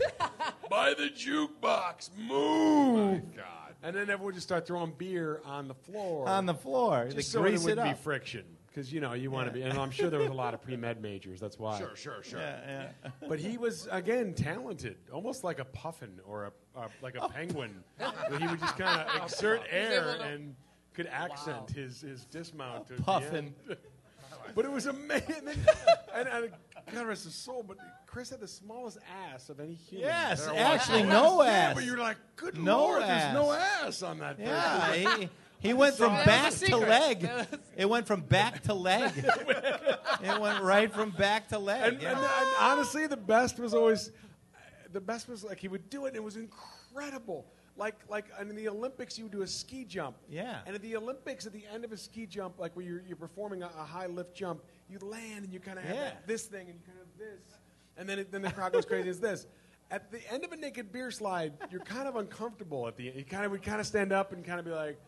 Buy the jukebox. Move. My God.
Oh, and then everyone would just start throwing beer on the floor
on the floor,
Just
to
so there
grease
would
it
not be
up.
friction, because you know you want to be. And I'm sure there was a lot of pre med majors. That's why.
Sure, sure, sure.
Yeah, yeah.
But he was again talented, almost like a puffin or a, a like
Oh.
a penguin. where he would just kind of exert air
able to-
and could accent his his dismount. at the
Puffin.
end. but it was amazing. And, and, and God rest his soul. But Chris had the smallest ass of any human.
Yes,
that I watched.
actually, no
Yeah,
ass.
but you're like, good
No
Lord,
ass.
there's no ass on that. person.
Yeah, he, he went from
That was a
back to
secret.
leg.
That was-
It went from back to leg. it went right from back to leg.
And,
yeah.
and, and honestly, the best was always the best was like he would do it. and It was incredible. Like like in the Olympics, you would do a ski jump.
Yeah.
And at the Olympics, at the end of a ski jump, like where you're, you're performing a, a high lift jump, you land and you kind of have
Yeah.
that- this thing and you kind of this. And then, it, then the crowd goes crazy. It's this. At the end of a naked beer slide, you're kind of uncomfortable. At the you kind of we kind of stand up and kind of be like,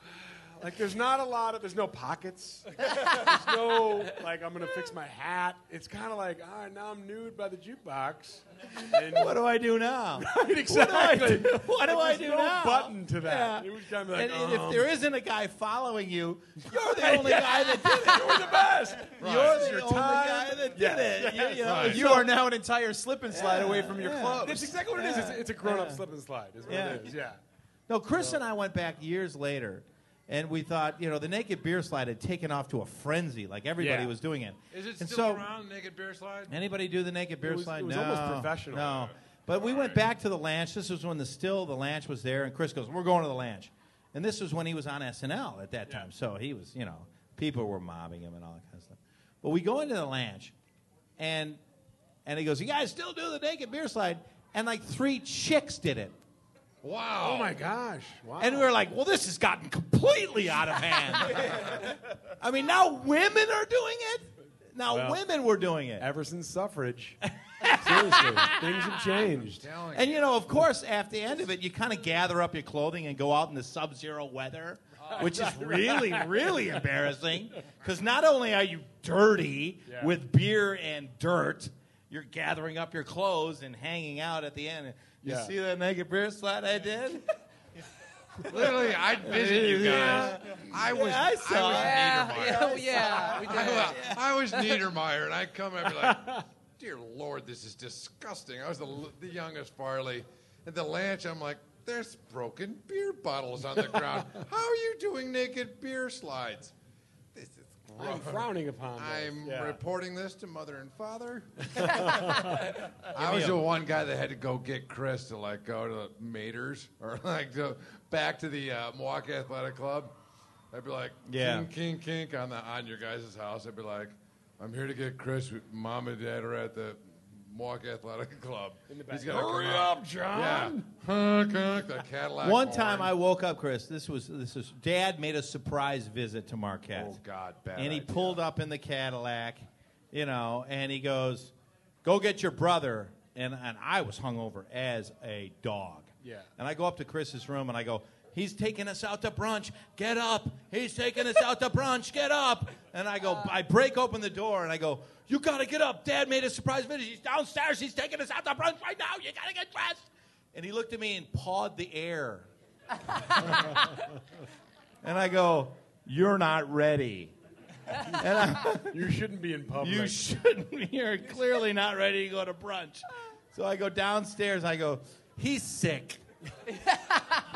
like there's not a lot of there's no pockets. There's no like I'm gonna fix my hat. It's kind of like ah now I'm nude by the jukebox. And
What do I do now?
exactly.
What do I
There's
do
no
now?
button to that.
Yeah.
It was kind of like,
and if
um,
there isn't a guy following you, you're the only guy that did it.
You're the best.
You're
This is
the
your
only
time.
guy that did
Yes,
it. You-
yes,
you know,
right.
You are now an entire slip and slide away from your
yeah.
clothes.
That's exactly what it is. It's, it's a grown-up slip and slide. Is what
Yeah.
it is. Yeah.
No, Chris and I went back years later, and we thought, you know, the naked beer slide had taken off to a frenzy, like everybody
Yeah.
was doing it.
Is it
and
still
so,
around, Naked Beer Slide?
Anybody do the naked beer
was-
slide?
it was
no,
almost professional.
No, but we went back to the Lanch. This was when the still the Lanch was there, and Chris goes, "We're going to the Lanch," and this was when he was on SNL at that time. So he was, you know, people were mobbing him and all that kind of stuff. But we go into the Lanch, and and he goes, "You guys still do the naked beer slide?" And like three chicks did it.
Wow.
Oh my gosh! Wow.
And we were like, well, this has gotten completely out of hand. I mean, now women are doing it. Now
Well,
women were doing it.
ever since suffrage. Seriously, things have changed.
Telling
And you know, of course, at the end of it, you kind of gather up your clothing and go out in the sub-zero weather,
Oh,
which is really, really embarrassing. Because not only are you dirty
Yeah.
with beer and dirt, you're gathering up your clothes and hanging out at the end. You
Yeah.
see that naked beer slide I did?
Literally, I'd visit you guys.
Yeah.
I was,
Yeah, I saw it.
I was Niedermeyer.
yeah, yeah, we did.
I, wa- I was Niedermeyer, and I come and I'd be like, "Dear Lord, this is disgusting." I was the, l- the youngest Farley, at the Lanch. I'm like, "There's broken beer bottles on the ground. How are you doing naked beer slides?" This is
I'm
gross.
frowning upon this.
I'm
Yeah.
reporting this to mother and father. I was the one guy that had to go get Chris to like go to the Maters or like to, back to the uh, Milwaukee Athletic Club. I'd be like,
Yeah.
kink, kink, kink on the on your guys' house. I'd be like, I'm here to get Chris. Mom and Dad are at the Milwaukee Athletic Club. He's gonna hurry up, John. Yeah, honk, honk, the Cadillac.
One time I
horn.
woke up, Chris. This was this was Dad made a surprise visit to Marquette.
Oh God, bad.
and he
idea.
pulled up in the Cadillac, you know, and he goes, "Go get your brother." And and I was hungover as a dog.
Yeah.
And I go up to Chris's room and I go, "He's taking us out to brunch. Get up. He's taking us out to brunch. Get up." And I go, I break open the door and I go, "You got to get up. Dad made a surprise visit. He's downstairs. He's taking us out to brunch right now. You got to get dressed." And he looked at me and pawed the air. and I go, "You're not ready."
You shouldn't be in public.
You shouldn't. You're clearly not ready to go to brunch. So I go downstairs. I go, he's sick.
he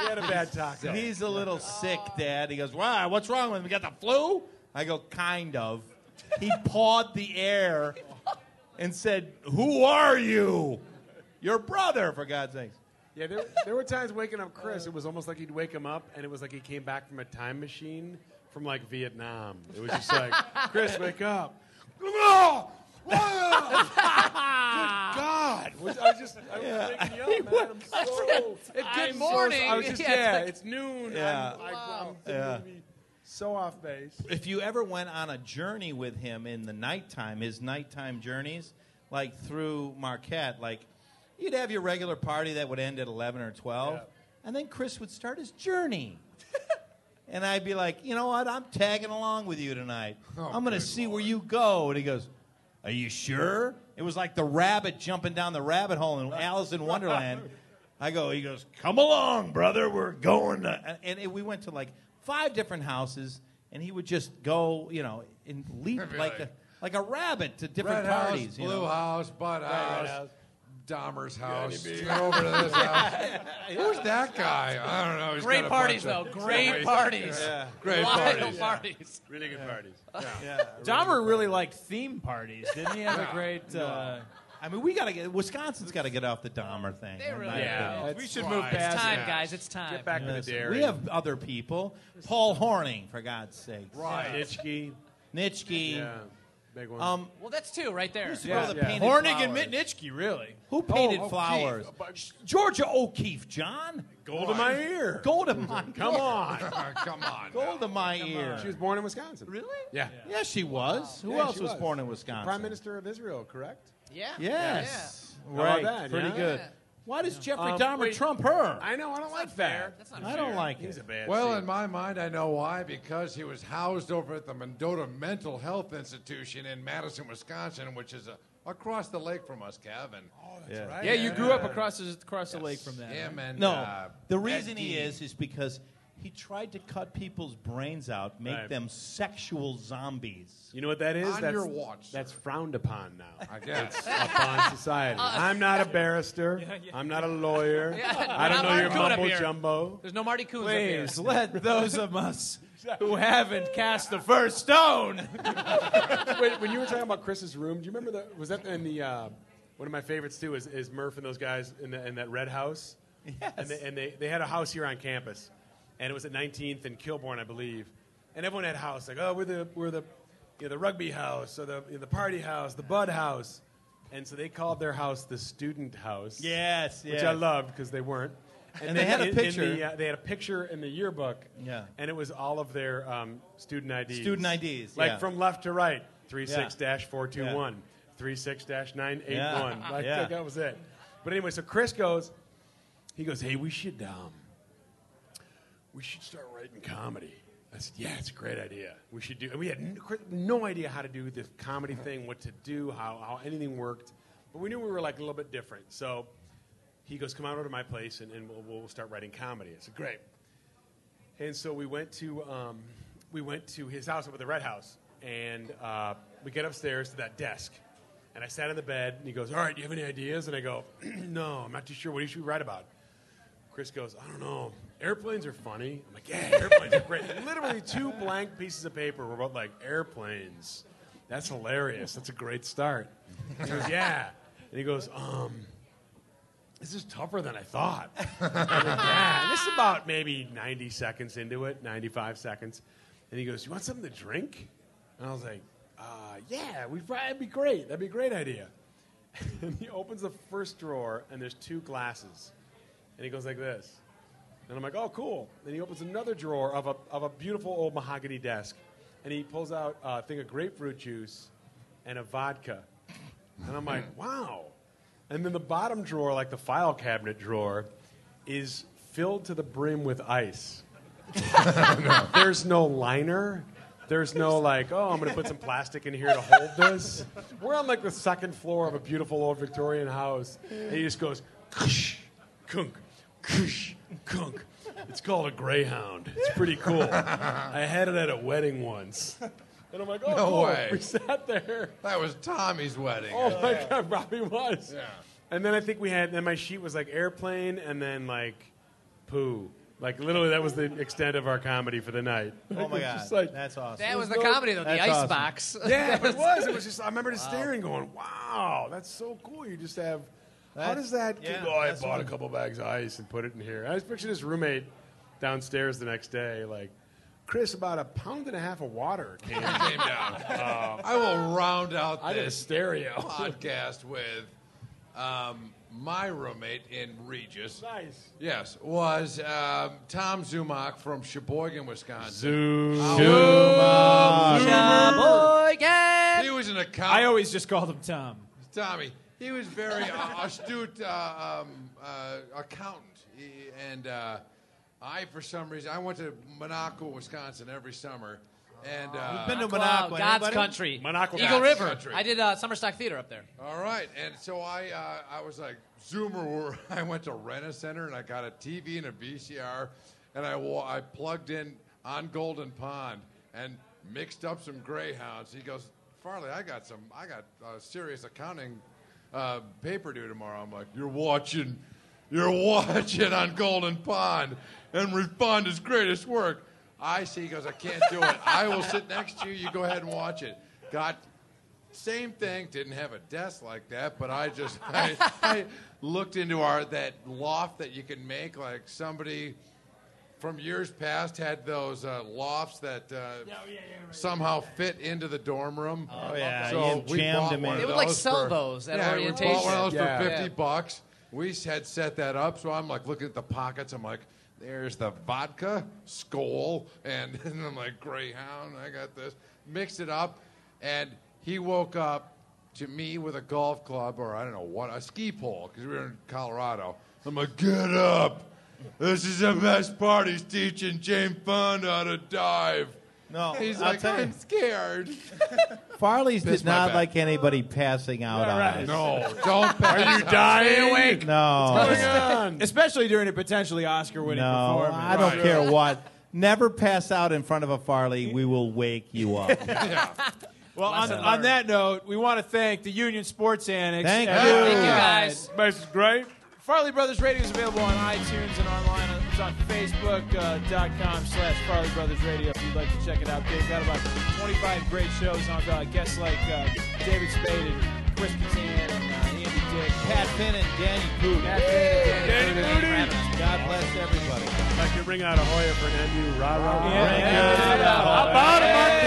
had a bad taco.
He's a little sick, Dad. He goes, why? What's wrong with him? You got the flu? I go, kind of. He pawed the air and said, who are you? Your brother, for God's sakes.
Yeah, there, there were times waking up Chris. It was almost like he'd wake him up, and it was like he came back from a time machine from like Vietnam. It was just like, Chris, wake up.
No! Why-
God, was, I was just, I was waking you up, man. I'm so. It
I'm
so-
morning.
I was just,
Yeah, it's
yeah,
like-
it's noon.
Yeah.
I'm, I, I'm
Yeah.
maybe so off base.
If you ever went on a journey with him in the nighttime, his nighttime journeys, like through Marquette, like you'd have your regular party that would end at 11 or 12,
Yeah.
and then Chris would start his journey. and I'd be like, you know what? I'm tagging along with you tonight. I'm going to
good
see where you go. And he goes, Are you sure? It was like the rabbit jumping down the rabbit hole in Alice in Wonderland. I go, he goes, Come along, brother. We're going to. And, and it- we went to like five different houses, and he would just go, you know, and leap
Be
like,
like-
a, like a rabbit to different
Red
parties.
House,
you
Blue
know?
House, Bud House,
House.
Dahmer's House. Get over to this house. Who's that guy? I don't know. He's
Great
got a
parties, though.
bunch of-
Great parties.
Great
Wild
parties.
parties.
Really good parties.
Dahmer really liked theme parties, didn't he? Have a great. Uh,
I mean, we got to get, Wisconsin's got to get off the Dahmer thing.
They
in
really
my
do.
opinion.
yeah, we should
why.
move
It's
past.
time.
Time,
Yeah.
guys. It's time.
Get back to
Yes,
the dairy.
We have other people. Paul Horning, for God's sake.
Right.
Nitschke.
Nitschke.
Yeah. Big one.
Um,
Well, that's two right there.
who's the girl that
yeah.
painted
Hornig
flowers?
and Mitnichki, really.
Who painted
O'Keefe.
flowers?
Oh, But-
Georgia O'Keeffe, John.
Gold in my ear.
Gold in my
Come on.
Come on.
Gold in my ear.
She was born in Wisconsin. Really? Yeah.
Yes, she was. Who
Yeah,
else
she
was born in Wisconsin?
Prime Minister of Israel, correct?
Yeah.
Yes.
Yeah.
Right.
How about that,
Pretty
yeah?
good. Why does Jeffrey
Um,
Dahmer
wait.
trump her? I,
I know. I don't like
Fair.
that.
That's not
don't
fair.
like
He's
it.
a bad.
Well,
seed.
in my mind, I know why. Because he was housed over at the Mendota Mental Health Institution in Madison, Wisconsin, which is a, across the lake from us, Kevin. Oh, that's right.
Yeah, you grew up across the, across the lake from that.
Yeah, man.
No,
uh,
the reason
Ed
he
Gein.
is is because he tried to cut people's brains out, make
Right.
them sexual zombies.
You know what that is?
On
that's,
your watch,
That's frowned upon now.
I guess.
upon society. I'm not a barrister. I'm not a lawyer. I
Not
don't know
Mark
your
Cohen up
mumbo
here.
jumbo.
There's no Marty Coons up here.
Please let those of us who haven't cast the first stone.
Wait, when you were talking about Chris's room, do you remember that? Was that in the? Uh, one of my favorites too is, is Murph and those guys in, the, in that red house. Yes. And, they, and they, they had a house here on campus, and it was at 19th and Kilbourne, I believe. And everyone had a house like, oh, we're the we're the you know, the rugby house or the you know, the party house, the bud house. And so they called their house the student house.
Yes, yes.
which I loved because they weren't.
And they
then
had a
in- in the,
picture.
uh, they had a picture in the yearbook.
Yeah.
And it was all of their um, student IDs.
Student IDs,
Like
yeah.
from left to right, 36 421,
Yeah.
36 981.
Yeah.
Like
Yeah.
that was it. But anyway, so Chris goes, he goes, hey, we should, um, we should start writing comedy. I said, yeah, it's a great idea. We should do. And we had n- cr- no idea how to do this comedy thing, what to do, how, how anything worked. But we knew we were like a little bit different. So he goes, come on over to my place and, and we'll, we'll start writing comedy. I said, great. And so we went to um, we went to his house over the red house, and uh, we get upstairs to that desk, and I sat on the bed, and he goes, "All right, do you have any ideas?" And I go, "No, I'm not too sure. What should we write about?" Chris goes, "I don't know. Airplanes are funny." I'm like, "Yeah, airplanes are great." Literally two blank pieces of paper were both like airplanes. That's hilarious. That's a great start. He goes, "Yeah," and he goes, "Um." This is tougher than I thought. Yeah, this is about maybe 90 seconds into it, 95 seconds. And he goes, You want something to drink? And I was like, uh, Yeah, we'd, prob- that'd be great. That'd be a great idea. And he opens the first drawer, and there's two glasses. And he goes like this. And I'm like, Oh, cool. Then he opens another drawer of a, of a beautiful old mahogany desk, and he pulls out a thing of grapefruit juice and a vodka. And I'm like, wow. And then the bottom drawer, like the file cabinet drawer, is filled to the brim with ice. There's no liner. There's no like, oh, I'm going to put some plastic in here to hold this. We're on like the second floor of a beautiful old Victorian house. And he just goes, kush, kunk, kush, kunk. It's called a greyhound. It's pretty cool. I had it at a wedding once. And I'm like, oh,
No
cool.
way.
we sat there.
That was Tommy's wedding.
Oh my god, Robbie was.
Yeah.
And then I think we had. Then my sheet was like airplane, and then like poo. Like literally, that was the extent of our comedy for the night.
Oh
Like,
my
it was
god,
just like-
that's awesome.
That was the
no-
comedy, though. The
That's
ice
awesome.
box.
yeah, but it was. It was just. I remember just staring, going, "Wow, that's so cool." You just have. how
That-
does that?
yeah,
oh, I
that's
bought a
what-
couple bags of ice and put it in here. I was picturing this roommate downstairs the next day, like. Chris, about a pound and a half of water came.
came down. I will round out
I did a
this
stereo.
podcast with um, my roommate in Regis.
nice.
Yes, was um, Tom Zumach from Sheboygan, Wisconsin.
Dude.
He was an accountant.
I always just called him Tom.
Tommy. He was very uh, astute uh, um, uh, accountant, he, and uh, I, for some reason, I went to Monaco, Wisconsin, every summer, and uh,
been to
Wow,
Monaco.
God's
anybody?
country.
Monaco,
Eagle
God's
River.
country.
I did uh, summer stock theater up there.
All right, and so I uh, I was like Zoomer. Where I went to Rent a Center and I got a TV and a VCR, and I wa- I plugged in on Golden Pond and mixed up some Greyhounds. He goes, Farley, I got some. I got uh, serious accounting uh, paper due tomorrow. I'm like, you're watching, you're watching on Golden Pond, and refund his greatest work. I see. He goes, I can't do it. I will sit next to you. You go ahead and watch it. Got same thing. Didn't have a desk like that, but I just I, I looked into our that loft that you can make. Like somebody from years past had those uh, lofts
Oh,
that uh, somehow fit into the dorm room. Oh
yeah,
so
you
we
jammed
bought
them in.
one of
They would, like,
those
sell
for-
those at
yeah, we bought one
orientation.
of those
Yeah.
for fifty
Yeah.
bucks. We had set that up, so I'm like looking at the pockets. I'm like, there's the vodka, skull, and, and I'm like, Greyhound, I got this. Mixed it up, and he woke up to me with a golf club or I don't know what, a ski pole, because we were in Colorado. I'm like, get up. This is the best part. He's teaching James Fonda how to dive.
No,
He's
I'll
like,
tell you.
I'm scared.
Farley's
Piss
did
my
not
back.
like anybody passing out on us.
No, don't. Are you
Dying.
No,
Hang on.
Especially during a potentially Oscar winning
no,
performance.
I don't
Right.
care what. Never pass out in front of a Farley. We will wake you up.
Well, on,
Lesson
on
learned.
that note, we want to thank the Union Sports Annex.
Thank
and-
you.
Thank you guys.
This is great.
Farley Brothers Radio is available on iTunes and online. It's on Facebook.com slash Farley Brothers Radio if you'd like to check it out. They've got about 25 great shows on uh, guests like uh, David Spade and Chris Kattan and uh, Andy Dick.
Pat Finn and Danny Pooh.
Pat Finn and Danny Pooh.
God bless everybody.
I could bring out a Hoya for an NU. Rah, rah, rah.
Yeah.
How about it, Mark